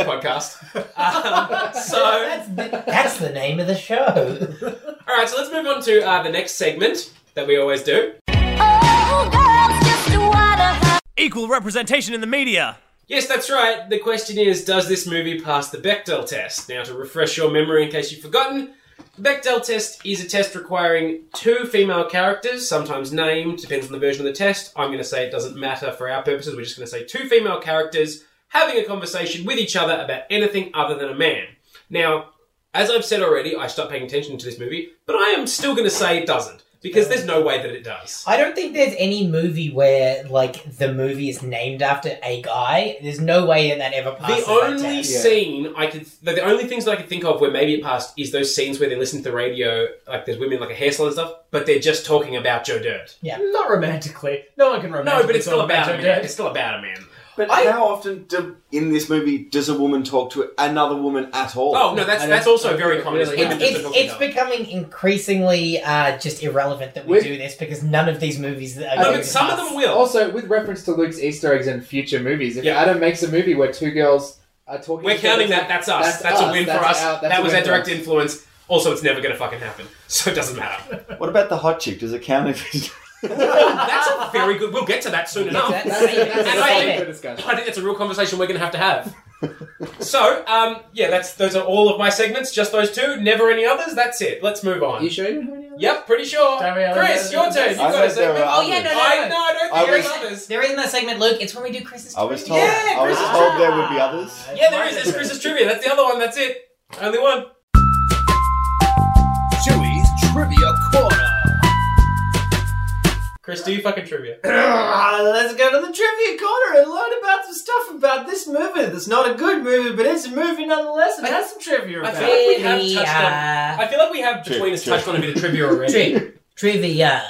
podcast. Um, so,
that's the, that's the name of the show.
all right, so let's move on to uh, the next segment that we always do.
Oh, girls, just what a
Equal representation in the media.
Yes, that's right. The question is Does this movie pass the Bechdel test? Now, to refresh your memory in case you've forgotten, the Bechdel test is a test requiring two female characters, sometimes named, depends on the version of the test. I'm going to say it doesn't matter for our purposes, we're just going to say two female characters having a conversation with each other about anything other than a man. Now, As I've said already, I start paying attention to this movie, but I am still going to say it doesn't because there's no way that it does.
I don't think there's any movie where like the movie is named after a guy. There's no way that that ever passes.
The
that
only
test.
Yeah.
scene I could, the, the only things that I could think of where maybe it passed is those scenes where they listen to the radio, like there's women in, like a hair salon and stuff, but they're just talking about Joe Dirt.
Not romantically. No one can
No,
romantically.
but it's still
talk
about a
Joe
man.
Dirt.
It's still about a man.
But
I-
how often do, in this movie does a woman talk to another woman at all?
Oh no, that's
I don't-
that's
I
also
don't
very
think it
common. is
really
It's,
women just
it's,
talking
it's
about-
becoming increasingly uh, just irrelevant that we
With-
do this because none of these movies that are
No,
no,
going
but
to
some of
pass.
them will.
Also, with reference to Luke's Easter eggs and future movies, if
Yeah.
Adam makes a movie where two girls are talking,
We're
to each other,
counting that. That's us. That's, a win
that's
for us.
our- that's
that
a
was
win
our
for
direct
us.
influence. Also, it's never going to fucking happen, so it doesn't matter.
What about the hot chick? Does it count if
that's a very good. We'll get to that soon enough.
That's-
That's, that's,
And
a
I
topic
think-
for discussion.
I think that's a real conversation we're going to have to have. so, um, yeah, that's those are all of my segments. Just those two. Never any others. That's it. Let's move
Are
on.
you sure you didn't have any? Other?
Yep, pretty sure.
Don't we have
Chris,
others?
your turn. You
I
got a
think there
segment.
are
Oh, yeah, no,
others.
no.
I, no, I don't
I
think there
was-
are others.
There isn't that segment, Luke. It's when we do Chris's.
I was
trivia.
told.
Yeah,
I was
Chris-
told there would be others.
Yeah, there is. There's Chris's trivia. That's the other one. That's it. Only one.
Dewey's Trivia Corner.
Chris, do you fucking trivia?
Let's go to the trivia corner and learn about some stuff about this movie. That's not a good movie, but it's a movie nonetheless. It has some trivia
I
about
feel
it.
like we have touched on.
Trivia.
I feel like we have between us
Trivia.
touched on a bit of trivia already.
Tri- Trivia.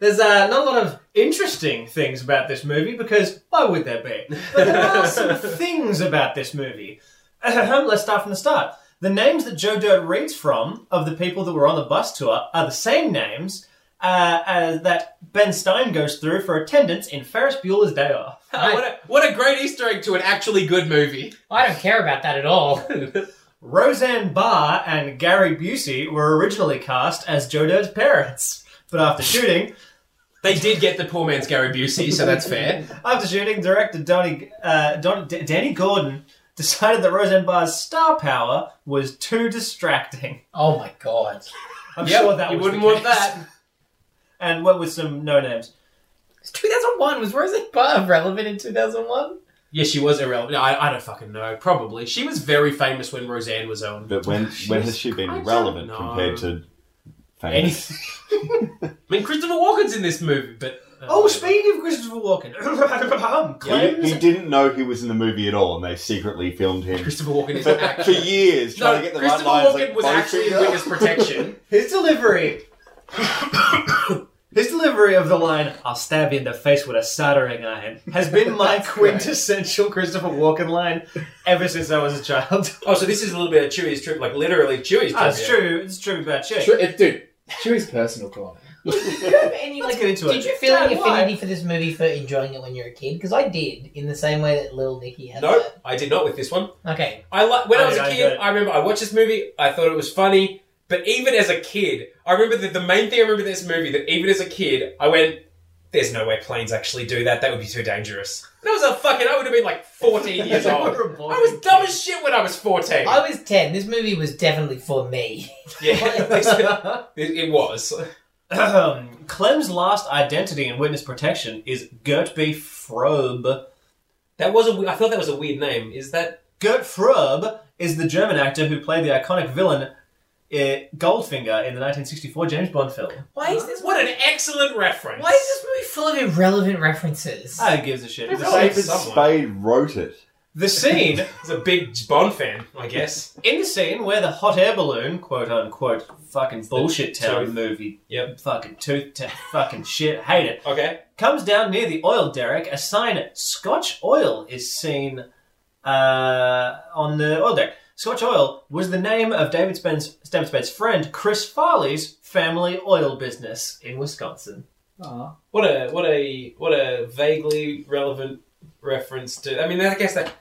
There's uh, not a lot of interesting things about this movie because why would there be? But there are some things about this movie. Ahem, Let's start from the start. The names that Joe Dirt reads from of the people that were on the bus tour are the same names uh, as that Ben Stein goes through for attendance in Ferris Bueller's Day Off.
Oh, what, a, what a great Easter egg to an actually good movie.
I don't care about that at all.
Roseanne Barr and Gary Busey were originally cast as Joe Dirt's parents, but after shooting,
They did get the poor man's Gary Busey, so that's fair.
After shooting, director Donny, uh, Don, D- Danny Gordon decided that Roseanne Barr's star power was too distracting.
Oh my god.
I'm
Yep,
sure that
you
was
wouldn't
the
want
case.
that.
And what with some no names.
2001 was Rosette Barr relevant in 2001?
Yeah, she was irrelevant. No, I, I don't fucking know. Probably. She was very famous when Roseanne was on.
But when when has she been relevant
know.
compared to famous?
Anything. I mean, Christopher Walken's in this movie, but. uh,
Oh, speaking of Christopher Walken,
He,
claims
he didn't know he was in the movie at all, and they secretly filmed him
Christopher Walken is an
for, for
actor.
years trying
No,
to get the right
Christopher
lines.
Walken
like,
was actually in
Bowfinger.
witness protection.
his delivery. His delivery of the line, I'll stab you in the face with a soldering iron, has been my quintessential Christopher Walken line ever since I was a child.
oh, so this is a little bit of Chewie's trip, like literally Chewie's trip.
Ah, it's true, it's true about Chick.
Sure, it, dude, Chewie's personal corner.
Do you have any,
Let's
like,
get into
did
it.
you feel any
Dad, why?
affinity for this movie for enjoying it when you were a kid? Because I did, in the same way that Little Nicky had.
No, I did not with this one.
that. Okay.
I li- when I,
I
was
did,
a
I
kid,
did.
I remember I watched this movie. I thought it was funny, but even as a kid, I remember that the main thing I remember this movie that even as a kid, I went, "There's no way planes actually do that. That would be too dangerous." And I was a fucking. I would have been like 14 years old. I was dumb as shit when I was 14.
I was 10. This movie was definitely for me.
yeah, it, it was.
Ahem. Clem's last identity in witness protection is Gert B. Frobe.
That was a. we- I thought that was a weird name. Is that?
Gert Frobe is the German actor who played the iconic villain eh, Goldfinger in the 1964 James Bond film.
Why is this
What an excellent reference.
Why is this movie full of irrelevant references?
I gives a shit.
They're relevant.
The,
David
Someone.
Spade wrote it.
the scene
He's a big Bond fan, I guess.
in the scene where the hot air balloon, quote unquote, fucking bullshit town
tooth.
movie,
Yep.
fucking tooth, ta- fucking shit, hate it.
Okay.
comes down near the oil derrick. A sign "Scotch Oil" is seen uh, on the oil derrick. Scotch Oil was the name of David Spence, Stem Spence's friend Chris Farley's family oil business in Wisconsin.
What a what a what a vaguely relevant reference to. I mean, I guess that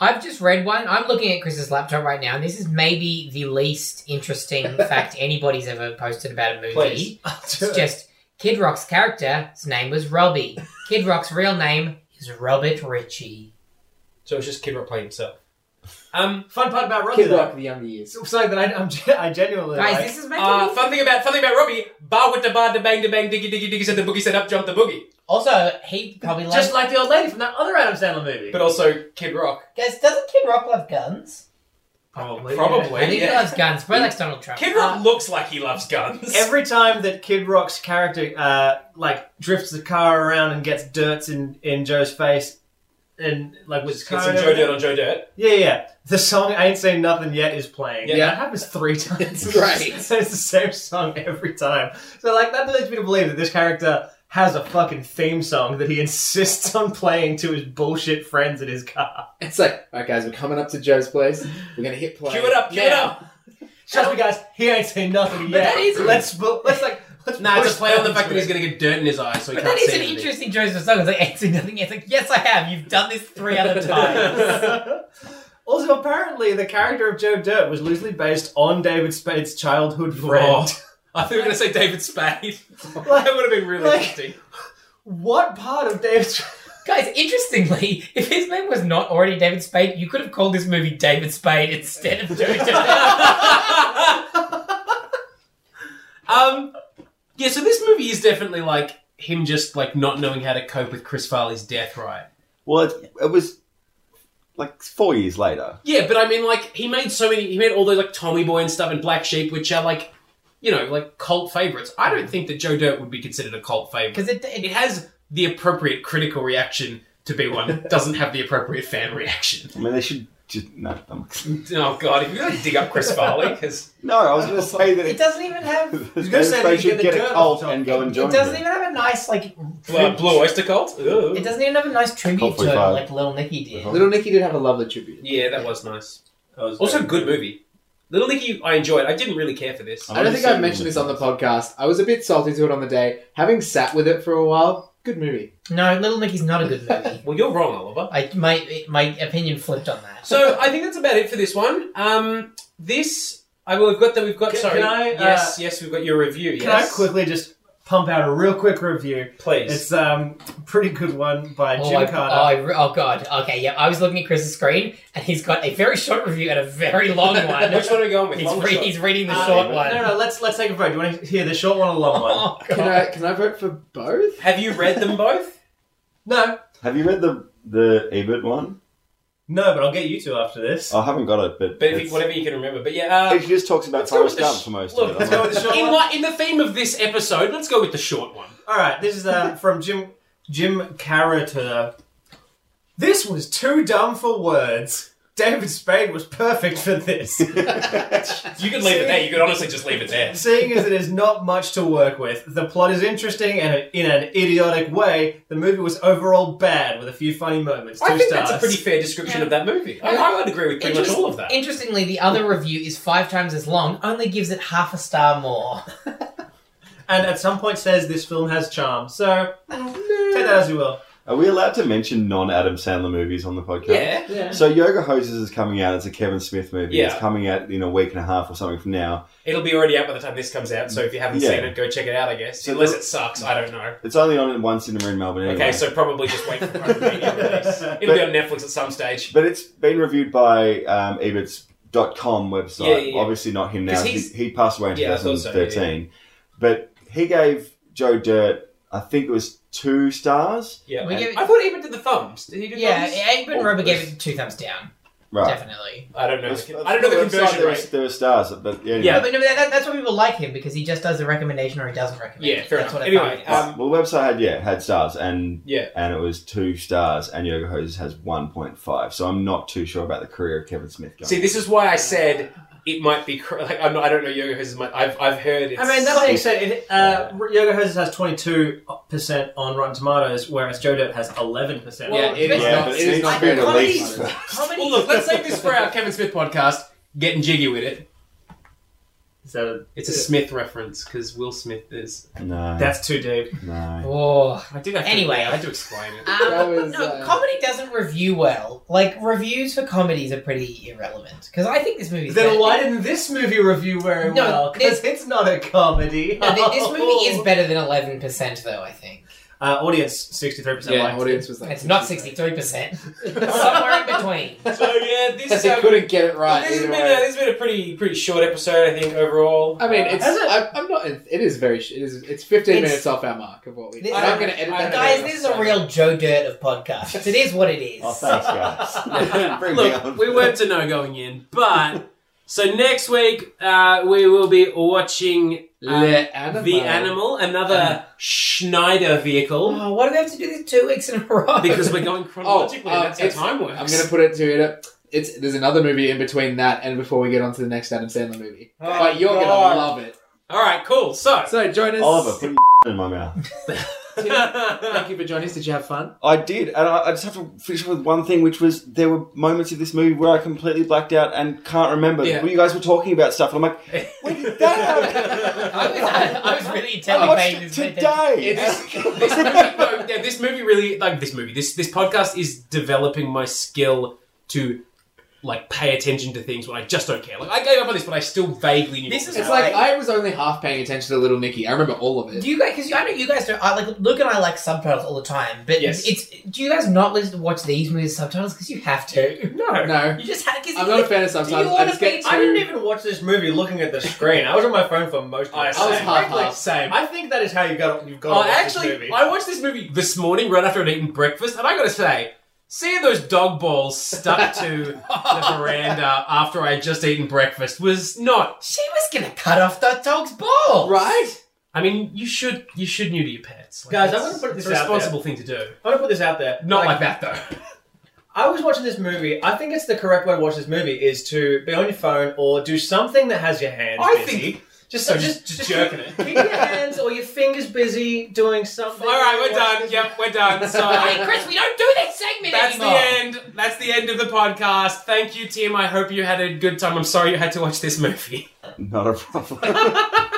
I've just read one. I'm looking at Chris's laptop right now, and this is maybe the least interesting fact anybody's ever posted about a movie.
Please.
It's just Kid Rock's character, his name was Robbie. Kid Rock's real name is Robert Ritchie.
So it's just Kid Rock playing himself. Um,
Fun part about Robbie,
Kid
though,
Rock, the younger years.
something that I, I'm, I genuinely
Guys,
like.
this is making
uh,
me-
fun thing about fun thing about Robbie, bar with the bar, the bang, the bang, diggy, diggy, diggy, said the boogie, said up, jump the boogie.
Also, he probably likes.
just like the old lady from that other Adam Sandler movie.
But also Kid Rock.
Guys, doesn't Kid Rock love guns?
Probably.
Probably.
I think he
yeah.
loves guns. Bro likes Donald Trump.
Kid Rock
Uh,
looks like he loves guns.
Every time that Kid Rock's character uh, like drifts the car around and gets dirts in, in Joe's face, and like with his
Get
car
some
and
Joe
everything-
Dirt on Joe Dirt.
Yeah, yeah. The song "I Ain't Seen Nothing Yet" is playing.
Yeah.
Yeah, that happens three times.
Great.
so it's the same song every time. So like that leads me to believe that this character has a fucking theme song that he insists on playing to his bullshit friends in his car.
It's like, all right, guys, we're coming up to Joe's place. We're gonna hit play.
Cue it up, cue it
Now.
up.
Trust me, guys. He ain't seen nothing yet.
that is-
let's bu- let's like let's
Nah,
push
just play on the
that
fact
into
that he's
it.
going to get dirt in his eyes, so he
But
can't
that is
see
an
anything.
interesting Joseph song. It's like answering nothing. It's like yes, I have. You've done this three other times.
also, apparently, the character of Joe Dirt was loosely based on David Spade's childhood
Oh,
friend.
I thought you were going to say David Spade.
Like-
that would have been really
like-
interesting.
What part of David?
Guys, interestingly, if his name was not already David Spade, you could have called this movie David Spade instead of Jojo.
Um, yeah, so this movie is definitely like him just like not knowing how to cope with Chris Farley's death, right?
Well, it, it was like four years later.
Yeah, but I mean, like he made so many. He made all those like Tommy Boy and stuff and Black Sheep, which are like, you know, like cult favorites. I don't think that Joe Dirt would be considered a cult favorite
Because it,
it
it,
has the appropriate critical reaction to be one. It doesn't have the appropriate fan reaction.
I mean, they should just no. I'm-
Oh God, if you really dig up Chris Farley, because
no, I was going to say that
it
it,
doesn't even have. It
was gonna say that
they
you
should
get the
get a
dirt
cult
on top.
and go and join
doesn't
them.
even have a nice like.
Blue, Blue Oyster Cult. Ugh.
It doesn't even have a nice tribute
Hopefully
to it
five.
like Little Nicky did.
Little Nicky did have a lovely tribute.
Yeah, that was nice. Also, good movie. Little Nicky, I enjoyed. I didn't really care for this.
I'm
I don't
just
think I've
saying-
mentioned this on the podcast. I was a bit salty to it on the day. Having sat with it for a while, good movie.
No, Little Nicky's not a good movie.
Well, you're wrong, Oliver.
I my my opinion flipped on that.
So I think that's about it for this one. Um, this I will. We've got that. We've got.
Can-
sorry.
can I, uh,
yes, yes, we've got your review.
Can
yes.
I quickly just pump out a real quick review?
Please.
It's um a pretty good one by
Oh,
Jim
I,
Carter.
oh, I re- oh, god. Okay, yeah. I was looking at Chris's screen, and he's got a very short review and a very long one.
Which one are we going with? Long
He's,
or
re-
short?
he's reading the
Uh,
short one.
No, no, let's let's take a vote. Do you want to hear the short one or the long one?
Oh,
Can
God.
I can I vote for both?
Have you read them both?
No,
Have you read the the Ebert one?
no, but I'll get you two after
Oh,
this.
I haven't got it, but,
But if
it's-
you, whatever you can remember. But yeah. Uh,
It just talks
let's
about
go with
Forrest
the
Gump
sh-
for most
Look,
of it.
let's
I'm
go
like-
with the short in,
one.
li- in the theme of this episode, let's go with the short one.
All right, this is uh, from Jim Jim Carter. This was too dumb for words. David Spade was perfect for this.
You could leave it there. You could honestly just leave it there.
Seeing as it is not much to work with, the plot is interesting and in an idiotic way. The movie was overall bad with a few funny moments. Two
I think
stars.
that's a pretty fair description
Yeah.
of that movie. I, I would agree with pretty much
Interest-
all of that.
Interestingly, the other review is five times as long, only gives it half a star more.
and at some point says this film has charm. So
Oh,
take that as you will.
Are we allowed to mention non Adam Sandler movies on the podcast?
Yeah.
So Yoga Hoses is coming out. It's a Kevin Smith movie.
Yeah.
It's coming out in a week and a half or something from now.
It'll be already out by the time this comes out, so if you haven't
Yeah.
seen it, go check it out, I guess.
So
Unless
the-
it sucks, I don't know.
It's only on in one cinema in Melbourne. Anyway.
Okay, so probably just wait for home video release. It'll be on Netflix at some stage.
but it's been reviewed by um, Ebert's.com website.
Yeah, yeah, yeah.
Obviously not him now.
'Cause
He,
he's-
he passed away in
Yeah, I thought so, yeah,
2013. But he gave Joe Dirt, I think it was two stars.
Yeah.
We give
I
it,
thought Ebert did the thumbs. Did he do
yeah,
thumbs?
Aben Rubber gave it two thumbs down,
Right.
definitely.
I don't know.
That's-
the- I don't know the
that's website,
conversion
there was-
rate.
There were stars, but yeah.
Yeah.
No, but no, that, that- that's why people like him because he just does a recommendation or he doesn't recommend.
Yeah,
it.
fair
that's
enough.
What I
Anyway,
find.
um,
well, the website had yeah had stars and
Yeah.
and it was two stars and Yoga Hoses has one point five. So I'm not too sure about the career of Kevin Smith. Going.
see, this is why I said it might be. Cr- like, I'm not, I don't know Yoga Hoses. might- I've I've heard. It's,
I mean, that being said, it, uh, Yoga Hoses has 22% on Rotten Tomatoes, whereas Joe Dirt has 11%.
Well,
yeah, it is
Yeah,
not.
but
It is
it's
not
been
very
comedy-
released.
comedy.
Well, look, let's save this for our Kevin Smith podcast. Getting jiggy with it.
Is that a-
It's a Smith reference because Will Smith is.
no,
that's too deep.
no.
Oh.
I did have to,
Anyway.
I had to explain it.
That
Um,
was,
no,
uh,
comedy doesn't review well. Like reviews for comedies are pretty irrelevant because I think this movie.
Then why didn't this movie review very
No,
well? Because it's not a comedy.
No, thi- this movie is better than eleven percent, though. I think
Uh, audience 63%
Yeah,
liked
audience was like,
it's not sixty-three percent. Somewhere in between.
So yeah,
Because
this
they
um,
couldn't get it right.
This has
either
been a,
way.
this has been a pretty pretty short episode, I think overall.
I mean,
Uh,
it's.
Has it?
I, I'm not not. It, it is very. sh- It is. It's fifteen
It's-
minutes off our mark of what we.
This-
I'm not going to edit
I-
that.
Guys,
out.
this is a real Joe Dirt of podcasts. It is what it is.
Oh, thanks, guys. Bring me on.
Look, we weren't to know going in, but so next week uh, we will be watching um,
Le animal.
the animal, another Schneider vehicle,
Oh, why do we have to do this two weeks in a row?
because we're going
Oh,
chronologically.
uh,
and that's how
it's-
time works.
I'm going to put it to it. It's there's another movie in between that and before we get on to the next Adam Sandler movie.
Oh,
but you're going to
God.
love it.
All right, cool. So,
So join us,
Oliver, put your in my mouth.
Thank you for joining us. Did you have fun?
I did, and I, I just have to finish with one thing, which was there were moments of this movie where I completely blacked out and can't remember.
Yeah.
Well, you guys were talking about stuff, and I'm like, when did that happen?
I was, I, was really
I
telling
watched
paying
it
this attention.
today.
this movie, no, yeah, this movie really like this movie. This this podcast is developing my skill to like pay attention to things when I just don't care. Like I gave up on this, but I still vaguely knew.
This is
what was
It's
happening.
like I was only half paying attention to Little Nicky. I remember all of it.
Do you guys? Because I know you guys don't. I, like Luke and I like subtitles all the time, but
Yes.
it's. Do you guys not listen to watch these movies subtitles because you have to?
no.
no,
You just have. Cause
I'm not a fan of
Do you
subtitles. I
want to
just get
be?
too.
I didn't even watch this movie looking at the screen. I was on my phone for most of
I,
it.
I was
same.
half
Frankly,
half.
same.
I think that is how you got you've got
Oh,
to watch this
actually,
movie.
I watched this movie this morning right after I'd eaten breakfast, and I gotta say, seeing those dog balls stuck to the veranda after I would just eaten breakfast was not.
She was gonna cut off the dog's balls,
Right?
I mean, you should you should new to your pets, Like,
Guys, I'm
it's-
gonna put this
it's a
out there.
responsible thing to do.
I'm gonna put this out there.
Not like, that though.
I was watching this movie. I think it's the correct way to watch this movie is to be on your phone or do something that has your hands
I
busy.
think-
just
So
just,
just jerking it.
Keep your hands or your fingers busy doing something.
All right, we're
Watch
done.
this
Yep, we're done.
Hey,
So
Chris, we don't do that segment
that's the
anymore.
end. That's the end of the podcast. Thank you, Tim. I hope you had a good time. I'm sorry you had to watch this movie.
Not a problem.